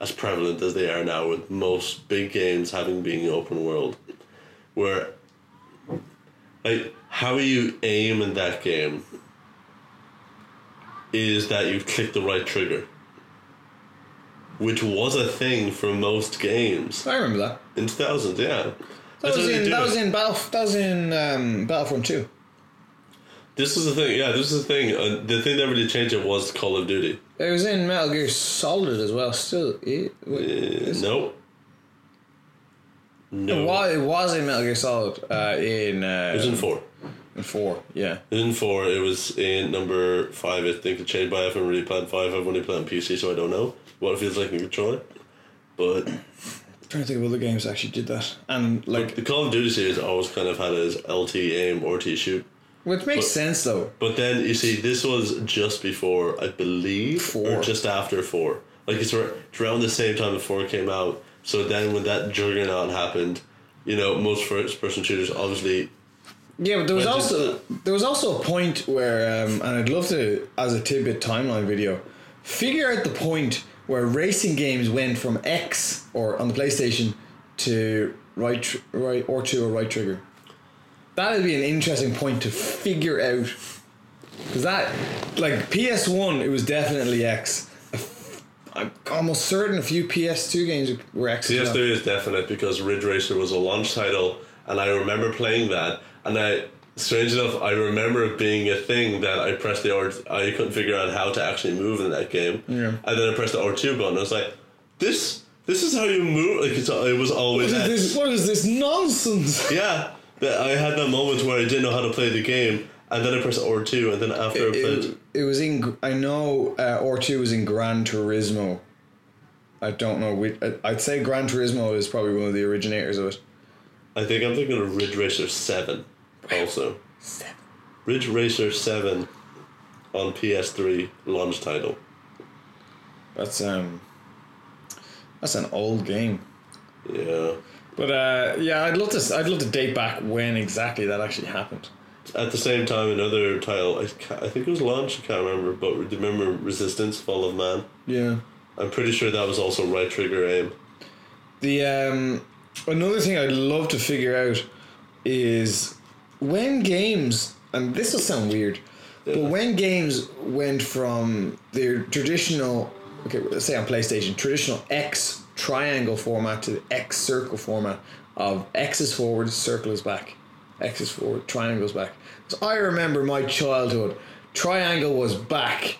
[SPEAKER 2] as prevalent as they are now with most big games having being open world. Where like how you aim in that game is that you click the right trigger. Which was a thing for most games.
[SPEAKER 1] I remember that.
[SPEAKER 2] In two thousand, yeah.
[SPEAKER 1] That
[SPEAKER 2] That's how
[SPEAKER 1] was
[SPEAKER 2] they
[SPEAKER 1] in
[SPEAKER 2] do
[SPEAKER 1] that
[SPEAKER 2] it.
[SPEAKER 1] was in Battle that was in um, Battlefront 2.
[SPEAKER 2] This is the thing, yeah. This is the thing. Uh, the thing that really changed it was Call of Duty.
[SPEAKER 1] It was in Metal Gear Solid as well. Still, it,
[SPEAKER 2] Uh,
[SPEAKER 1] it,
[SPEAKER 2] no. No.
[SPEAKER 1] was, it was in Metal Gear Solid. Uh, in uh,
[SPEAKER 2] It was in four.
[SPEAKER 1] And four. Yeah.
[SPEAKER 2] In four, it was in number five. I think it changed, but I haven't really played five. I've only played on PC, so I don't know what it feels like in controller. But
[SPEAKER 1] trying to think of other games that actually did that. And like,
[SPEAKER 2] the Call of Duty series always kind of had it as LT aim, RT shoot.
[SPEAKER 1] which makes
[SPEAKER 2] but-
[SPEAKER 1] sense though.
[SPEAKER 2] But then you see, this was just before, I believe,
[SPEAKER 1] Four.
[SPEAKER 2] or just after four. Like it's, ar- it's around the same time that four came out. So then when that juggernaut happened, you know, most first person shooters obviously
[SPEAKER 1] Yeah, but there was
[SPEAKER 2] But just-
[SPEAKER 1] also there was also a point where, um, and I'd love to, as a tidbit timeline video, figure out the point where racing games went from X or on the PlayStation to right, tr- right or to a right trigger. That'd be an interesting point to figure out, because that, like PS One, it was definitely X. I'm almost certain a few PS2 games were X. as well.
[SPEAKER 2] PS3 is definite because Ridge Racer was a launch title, and I remember playing that. And I, strange enough, I remember it being a thing that I pressed the R. I couldn't figure out how to actually move in that game.
[SPEAKER 1] Yeah.
[SPEAKER 2] And then I pressed the R two button. I was like, this, this is how you move. Like it's, it was always.
[SPEAKER 1] What
[SPEAKER 2] that.
[SPEAKER 1] is this- what is this nonsense?
[SPEAKER 2] Yeah, that I had that moment where I didn't know how to play the game, and then I pressed R two, and then after I played.
[SPEAKER 1] it, it was in. Gr- I know uh, or two was in Gran Turismo. I don't know. which- I- I'd say Gran Turismo is probably one of the originators of it.
[SPEAKER 2] I think I'm thinking of Ridge Racer 7 also. Ridge Racer 7 on PS3 launch title.
[SPEAKER 1] That's um, that's an old game.
[SPEAKER 2] Yeah.
[SPEAKER 1] But uh, yeah, I'd love to. s- I'd love to date back when exactly that actually happened.
[SPEAKER 2] At the same time, another title, I, ca- I think it was launched, I can't remember, but re- remember Resistance, Fall of Man?
[SPEAKER 1] Yeah.
[SPEAKER 2] I'm pretty sure that was also right trigger aim.
[SPEAKER 1] The um, another thing I'd love to figure out is when games, and this will sound weird, but when games went from their traditional, okay, let's say on PlayStation, traditional X triangle format to the X circle format of X is forward, circle is back, X is forward, triangle is back. So I remember my childhood, triangle was back,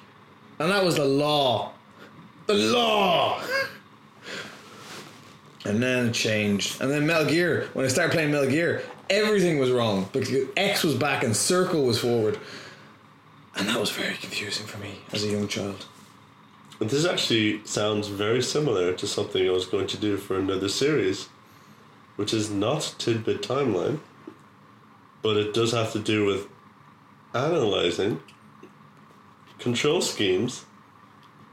[SPEAKER 1] and that was the law. The law! And then it changed. And then Metal Gear, when I started playing Metal Gear, everything was wrong because X was back and circle was forward. And that was very confusing for me as a young child.
[SPEAKER 2] But this actually sounds very similar to something I was going to do for another series, which is not Tidbit Timeline, but it does have to do with analyzing control schemes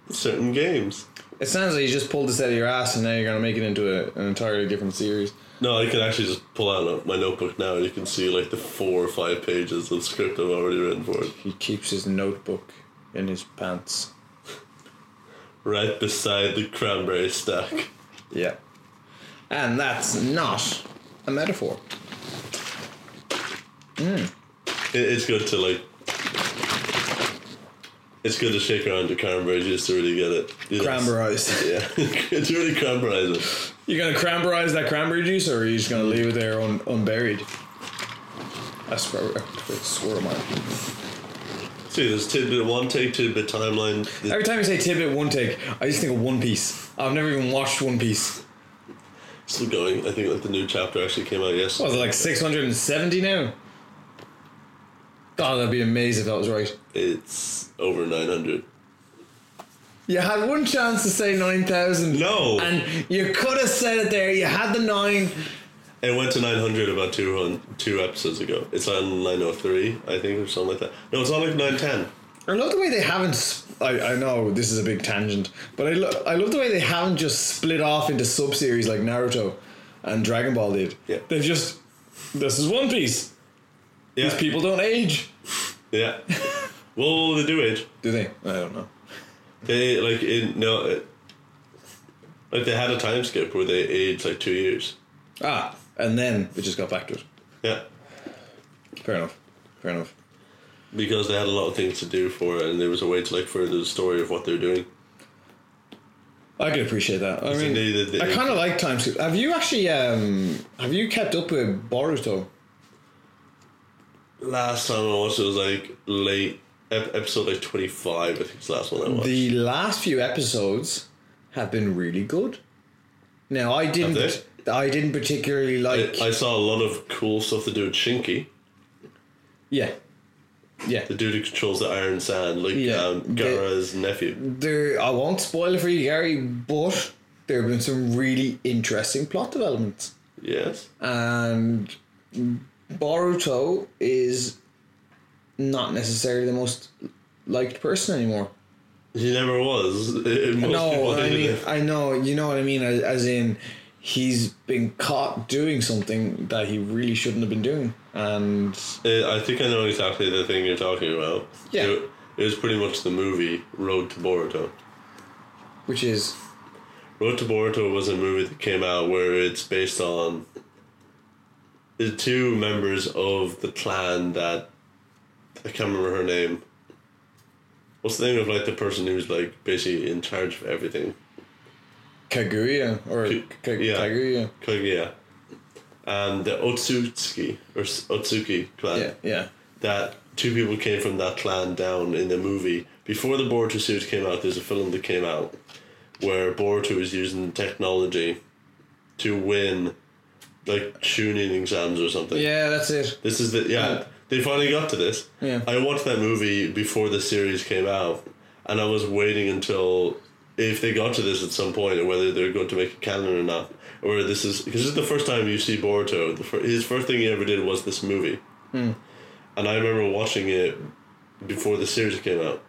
[SPEAKER 2] in certain games.
[SPEAKER 1] It sounds like you just pulled this out of your ass and now you're going to make it into a, an entirely different series.
[SPEAKER 2] No, I can actually just pull out my notebook now and you can see like the four or five pages of script I've already written for it.
[SPEAKER 1] He keeps his notebook in his pants.
[SPEAKER 2] Right beside the cranberry stack.
[SPEAKER 1] Yeah. And that's not a metaphor.
[SPEAKER 2] It, it's good to like. It's good to shake around the cranberry juice to really get it. You know,
[SPEAKER 1] Cranberrized.
[SPEAKER 2] Yeah, it's really cranberries. it.
[SPEAKER 1] You're going to cranberrize that cranberry juice or are you just going to leave it there un- unburied? That's probably a swear mark.
[SPEAKER 2] See, there's tidbit one take, tidbit timeline. The-
[SPEAKER 1] Every time you say tidbit one take, I just think of One Piece. I've never even watched One Piece.
[SPEAKER 2] Still going. I think like the new chapter actually came out
[SPEAKER 1] What
[SPEAKER 2] yesterday.
[SPEAKER 1] is it like six hundred and seventy now? God, that'd be amazing if that was right.
[SPEAKER 2] It's over nine hundred.
[SPEAKER 1] You had one chance to say nine thousand.
[SPEAKER 2] No,
[SPEAKER 1] And you could have said it there. You had the nine.
[SPEAKER 2] it went to nine hundred about two hun- two episodes ago. It's on nine oh three, I think, or something like that. No, it's on like nine ten.
[SPEAKER 1] I love the way they haven't. s- I, I know this is a big tangent, but I, lo- I love the way they haven't just split off into sub series like Naruto and Dragon Ball did.
[SPEAKER 2] Yeah.
[SPEAKER 1] They've just. This is One Piece.
[SPEAKER 2] Yeah,
[SPEAKER 1] These people don't age.
[SPEAKER 2] yeah. well, they do it.
[SPEAKER 1] Do they? I don't know.
[SPEAKER 2] They like in no, it, like they had a time skip where they aged like two years.
[SPEAKER 1] Ah, and then we just got back to it.
[SPEAKER 2] Yeah,
[SPEAKER 1] Fair enough. Fair enough.
[SPEAKER 2] because they had a lot of things to do for it, and there was a way to like further the story of what they're doing.
[SPEAKER 1] I can appreciate that. I mean,
[SPEAKER 2] they- they-
[SPEAKER 1] I kind of like time skip. Have you actually um have you kept up with Boruto?
[SPEAKER 2] Last time I watched it was like late ep- episode like twenty five. I think it's the last one I watched.
[SPEAKER 1] The last few episodes have been really good. Now I didn't. I didn't particularly like.
[SPEAKER 2] I, I saw a lot of cool stuff to do with Shinky.
[SPEAKER 1] Yeah. Yeah.
[SPEAKER 2] The dude who controls the Iron Sand, like
[SPEAKER 1] Yeah,
[SPEAKER 2] um,
[SPEAKER 1] the-
[SPEAKER 2] Gara's nephew.
[SPEAKER 1] There I won't spoil it for you, Gary, but there have been some really interesting plot developments.
[SPEAKER 2] Yes.
[SPEAKER 1] and Boruto is not necessarily the most liked person anymore.
[SPEAKER 2] He never was. in most
[SPEAKER 1] no,
[SPEAKER 2] people's
[SPEAKER 1] I mean
[SPEAKER 2] opinion.
[SPEAKER 1] I know you know what I mean. As, as in, he's been caught doing something that he really shouldn't have been doing, and
[SPEAKER 2] Uh, I think I know exactly the thing you're talking about.
[SPEAKER 1] Yeah.
[SPEAKER 2] It, it was pretty much the movie Road to Boruto.
[SPEAKER 1] which is
[SPEAKER 2] Road to Boruto was a movie that came out where it's based on the two members of the clan that I can't remember her name. What's the name of like the person who's like basically in charge of everything?
[SPEAKER 1] Kaguya or
[SPEAKER 2] K-
[SPEAKER 1] Ka-
[SPEAKER 2] yeah.
[SPEAKER 1] Kaguya.
[SPEAKER 2] Kaguya. And the Otsutsuki or S- Otsuki clan.
[SPEAKER 1] Yeah, yeah,
[SPEAKER 2] that two people came from that clan down in the movie. Before the Boruto series came out, there's a film that came out where Boruto was using technology to win, like tuning exams or something.
[SPEAKER 1] yeah. That's it.
[SPEAKER 2] This is the yeah.
[SPEAKER 1] Yeah.
[SPEAKER 2] They finally got to this.
[SPEAKER 1] Yeah.
[SPEAKER 2] I watched that movie before the series came out, and I was waiting until if they got to this at some point, or whether they're going to make a canon or not, or this is because this is the first time you see Boruto. The fir- his first thing he ever did was this movie, and I remember watching it before the series came out,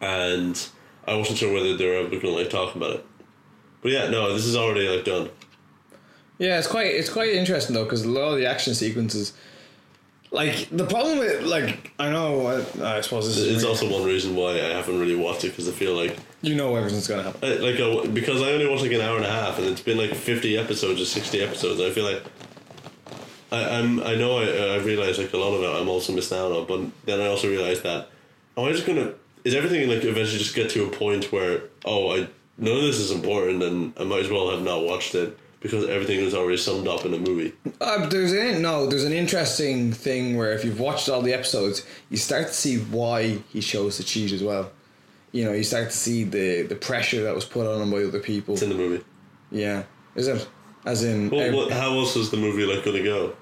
[SPEAKER 2] and I wasn't sure whether they were ever going to like talk about it. But yeah, no, this is already like done.
[SPEAKER 1] Yeah, it's quite it's quite interesting though because a lot of the action sequences, like the problem with like I know I, I suppose this is
[SPEAKER 2] It's
[SPEAKER 1] really-
[SPEAKER 2] also one reason why I haven't really watched it because I feel like
[SPEAKER 1] you know everything's gonna happen.
[SPEAKER 2] I- like a, because I only watched like an hour and a half, and it's been like fifty episodes or sixty episodes. I feel like I, I'm. I know. I, I realize like a lot of it. I'm also missing out on, but then I also realized that am I just gonna? Is everything like eventually just get to a point where oh I none of this is important, and I might as well have not watched it because everything was already summed up in a movie.
[SPEAKER 1] Uh, but there's an no. There's an interesting thing where if you've watched all the episodes, you start to see why he chose to cheat as well. You know, you start to see the the pressure that was put on him by other people.
[SPEAKER 2] It's in the movie.
[SPEAKER 1] Yeah, is it? As in,
[SPEAKER 2] Well,
[SPEAKER 1] ev-
[SPEAKER 2] what, how else is the movie like gonna go?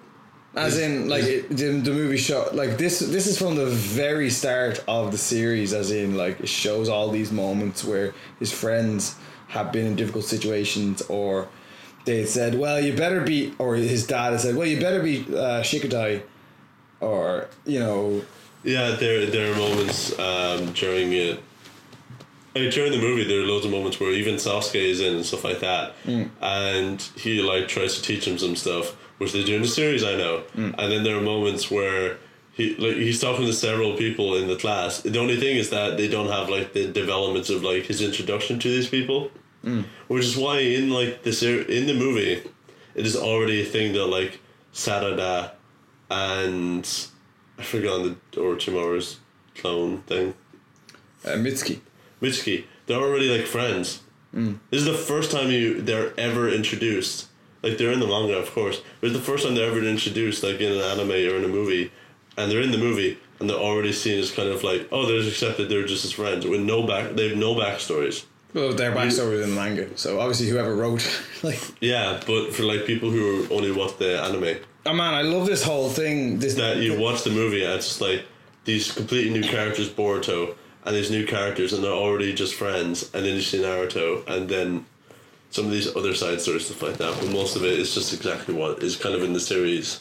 [SPEAKER 1] as in, like it, the, the movie show, like this. This is from the very start of the series. As in, like it shows all these moments where his friends have been in difficult situations, or they had said, "Well, you better be," or his dad had said, "Well, you better be uh, Shikadai," or you know,
[SPEAKER 2] Yeah, there there are moments um, during it. Like during the movie, there are loads of moments where even Sasuke is in and stuff like that, and he like tries to teach him some stuff, which they do in the series, I know. And then there are moments where he like he's talking to several people in the class. The only thing is that they don't have like the developments of like his introduction to these people, which is why in like the ser- in the movie, it is already a thing that like Sarada and I forgot the Orochimaru's clone thing.
[SPEAKER 1] uh, Mitsuki.
[SPEAKER 2] Mitsuki, they're already like friends. This is the first time you they're ever introduced. Like they're in the manga, of course, but it's the first time they're ever introduced, like in an anime or in a movie, and they're in the movie and they're already seen as kind of like, oh, they're just accepted, they're just as friends with no back, they have no backstories.
[SPEAKER 1] Well, their backstory was in the manga, so obviously whoever wrote, like,
[SPEAKER 2] Yeah, but for like people who only watch the anime,
[SPEAKER 1] oh man, I love this whole thing. This
[SPEAKER 2] that you watch the movie and it's just like these completely new characters Boruto and these new characters and they're already just friends and then you see Naruto and then some of these other side stories stuff like that but most of it is just exactly what is kind of in the series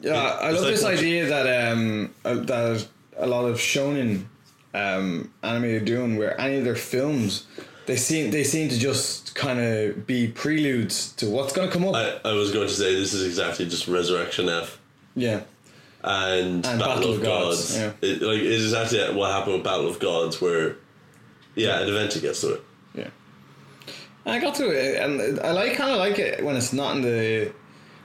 [SPEAKER 1] Yeah, I
[SPEAKER 2] It's
[SPEAKER 1] love
[SPEAKER 2] like
[SPEAKER 1] this
[SPEAKER 2] watching-
[SPEAKER 1] idea that um uh, that a lot of shonen um anime are doing where any of their films they seem they seem to just kind of be preludes to what's going to come up.
[SPEAKER 2] I, I was going to say this is exactly just Resurrection F
[SPEAKER 1] yeah.
[SPEAKER 2] and,
[SPEAKER 1] And
[SPEAKER 2] Battle, of Gods,
[SPEAKER 1] yeah.
[SPEAKER 2] It, like it's exactly what happened with Battle of Gods where yeah it eventually gets to it
[SPEAKER 1] Yeah. And I got to it, and I like kind of like it when it's not in the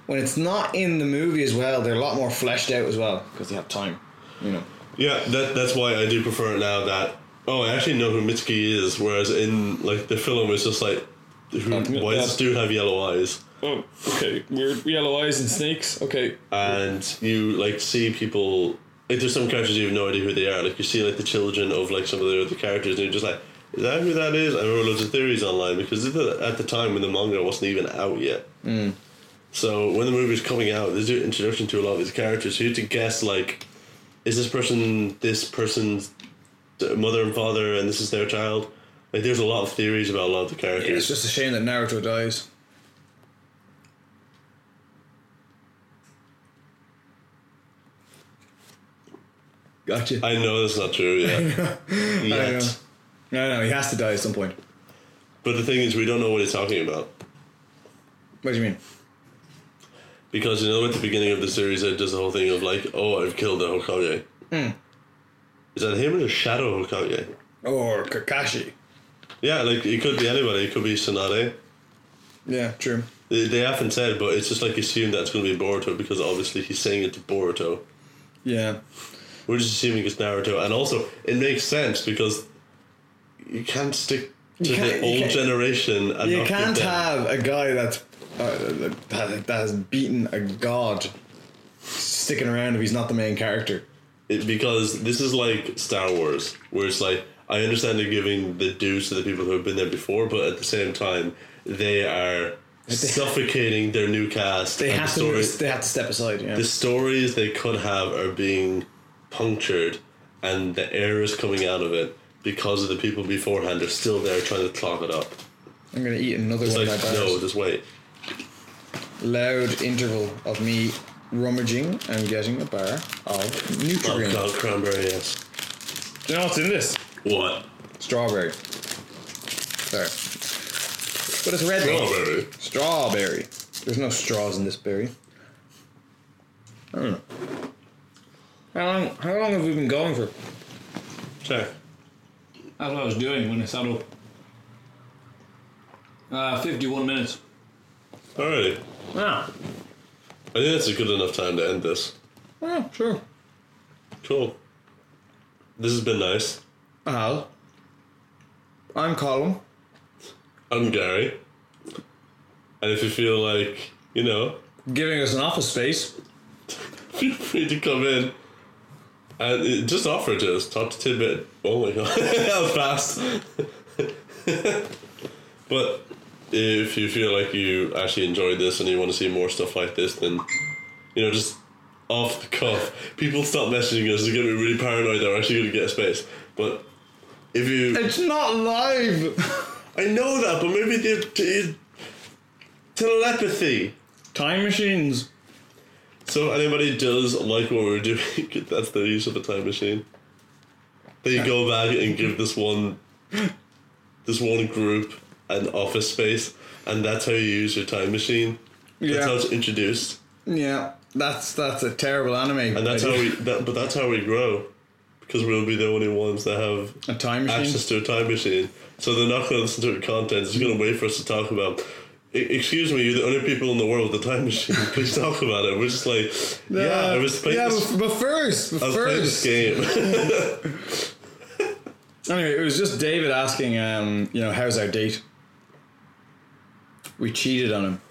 [SPEAKER 1] when it's not in the movie as well. They're a lot more fleshed out as well because they have time, you know.
[SPEAKER 2] Yeah, that that's why I do prefer it now. That oh, I actually know who Mitsuki is, whereas in like the film, it's just like, who,
[SPEAKER 1] yeah,
[SPEAKER 2] why does this
[SPEAKER 1] yeah.
[SPEAKER 2] dude have yellow eyes?
[SPEAKER 1] Oh, okay. Weird yellow eyes and snakes. Okay.
[SPEAKER 2] And you like see people like there's some characters you have no idea who they are. Like you see like the children of like some of the other characters, and you're just like, is that who
[SPEAKER 1] Mm.
[SPEAKER 2] that is? I remember loads of theories online because this is at the time when the manga wasn't even out yet. So when the movie's coming out, there's an introduction to a lot of these characters. So you have to guess like, is this person this person's mother and father, and this is their child? Like, there's a lot of theories about a lot of the characters.
[SPEAKER 1] It's just a shame that Naruto dies. Gotcha.
[SPEAKER 2] I know that's not true yet.
[SPEAKER 1] I know.
[SPEAKER 2] yet.
[SPEAKER 1] No, no, he has to die at some point.
[SPEAKER 2] But the thing is, we don't know what he's talking about.
[SPEAKER 1] What do you mean?
[SPEAKER 2] Because, you know, at the beginning of the series, it does the whole thing of like, oh, I've killed the Hokage.
[SPEAKER 1] Hmm.
[SPEAKER 2] Is that him or the Shadow Hokage?
[SPEAKER 1] Or Kakashi.
[SPEAKER 2] Yeah, like, it could be anybody. It could be Tsunade.
[SPEAKER 1] Yeah, true.
[SPEAKER 2] They, they often said, but it's just like assumed that's going to be Boruto because obviously he's saying it to Boruto.
[SPEAKER 1] Yeah.
[SPEAKER 2] We're just assuming it's Naruto. And also, it makes sense because you can't stick to
[SPEAKER 1] You can't-
[SPEAKER 2] the
[SPEAKER 1] you
[SPEAKER 2] old
[SPEAKER 1] can't-
[SPEAKER 2] generation and
[SPEAKER 1] You
[SPEAKER 2] not give
[SPEAKER 1] can't
[SPEAKER 2] them-
[SPEAKER 1] have a guy that's uh, that, that has beaten a god sticking around if he's not the main character.
[SPEAKER 2] It- because this is like Star Wars, where it's like I understand they're giving the dues to the people who have been there before, but at the same time, they are suffocating their new cast.
[SPEAKER 1] They
[SPEAKER 2] and
[SPEAKER 1] have
[SPEAKER 2] the story,
[SPEAKER 1] to. They have to step aside. Yeah.
[SPEAKER 2] the stories they could have are being punctured, and the air is coming out of it because of the people beforehand are still there trying to clog it up.
[SPEAKER 1] I'm gonna eat another
[SPEAKER 2] It's
[SPEAKER 1] one
[SPEAKER 2] like
[SPEAKER 1] of my bars.
[SPEAKER 2] no, just wait.
[SPEAKER 1] Loud interval of me rummaging and getting a bar of
[SPEAKER 2] Oh
[SPEAKER 1] Nutrigrain.
[SPEAKER 2] god, cranberry yes.
[SPEAKER 1] Do you know what's in this?
[SPEAKER 2] What?
[SPEAKER 1] Strawberry. There. But it's red. though.
[SPEAKER 2] Strawberry.
[SPEAKER 1] Strawberry. There's no straws in this berry. I don't know. How long, how long have we been going for?
[SPEAKER 2] Sure.
[SPEAKER 4] That's what I was doing when I sat up. Uh, 51 minutes.
[SPEAKER 2] Alrighty.
[SPEAKER 1] Yeah.
[SPEAKER 2] I think that's a good enough time to end this.
[SPEAKER 1] Oh, sure.
[SPEAKER 2] Cool. This has been nice.
[SPEAKER 1] Al. I'm Colin.
[SPEAKER 2] I'm Gary. And if you feel like, you know,
[SPEAKER 1] Giving us an office space.
[SPEAKER 2] feel free to come in and uh, just offer to us. Talk to Tidbit. Oh my god, how fast. but if you feel like you actually enjoyed this and you want to see more stuff like this, then, you know, just off the cuff. People stop messaging us. They're going to be really paranoid they're actually going to get a space. But if you.
[SPEAKER 1] It's not live.
[SPEAKER 2] I know that, but maybe they t- telepathy.
[SPEAKER 1] Time machines.
[SPEAKER 2] So if anybody does like what we're doing, that's the use of a time machine. They go back and give this one, this one group an office space, and that's how you use your time machine. That's
[SPEAKER 1] Yeah.
[SPEAKER 2] how it's introduced,
[SPEAKER 1] Yeah. That's that's a terrible anime.
[SPEAKER 2] and that's how we. That, but that's how we grow, because we'll be the only ones that have
[SPEAKER 1] a time machine.
[SPEAKER 2] access to a time machine. So they're not going to listen to the content. They're going to wait for us to talk about. "E- Excuse me, you're the only people in the world with a time machine. Please talk about it. We're just like, yeah, I was playing,
[SPEAKER 1] Yeah,
[SPEAKER 2] this,
[SPEAKER 1] but, but first, but
[SPEAKER 2] I was playing this
[SPEAKER 1] first.
[SPEAKER 2] game.
[SPEAKER 1] Anyway, it was just David asking, um, you know, how's our date? We cheated on him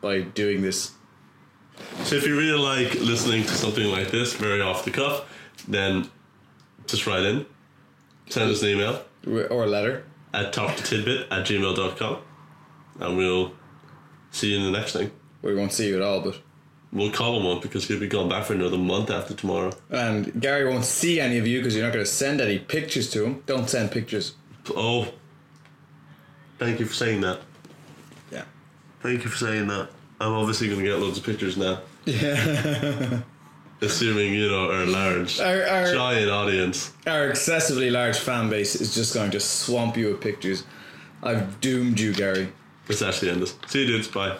[SPEAKER 1] by doing this.
[SPEAKER 2] so if you really like listening to something like this, very off the cuff, then just write in, send us an email
[SPEAKER 1] Or a letter.
[SPEAKER 2] at talktotidbit at gmail.com, and we'll see you in the next thing.
[SPEAKER 1] We won't see you at all, but.
[SPEAKER 2] We'll call him up because he'll be gone back for another month after tomorrow.
[SPEAKER 1] And Gary won't see any of you because you're not going to send any pictures to him. Don't send pictures.
[SPEAKER 2] Oh, thank you for saying that.
[SPEAKER 1] Yeah.
[SPEAKER 2] Thank you for saying that. I'm obviously going to get loads of pictures now.
[SPEAKER 1] Yeah.
[SPEAKER 2] Assuming, you know, our large,
[SPEAKER 1] Our- our-
[SPEAKER 2] giant audience.
[SPEAKER 1] Our excessively large fan base is just going to swamp you with pictures. I've doomed you, Gary.
[SPEAKER 2] Let's actually end this. See you, dudes. Bye.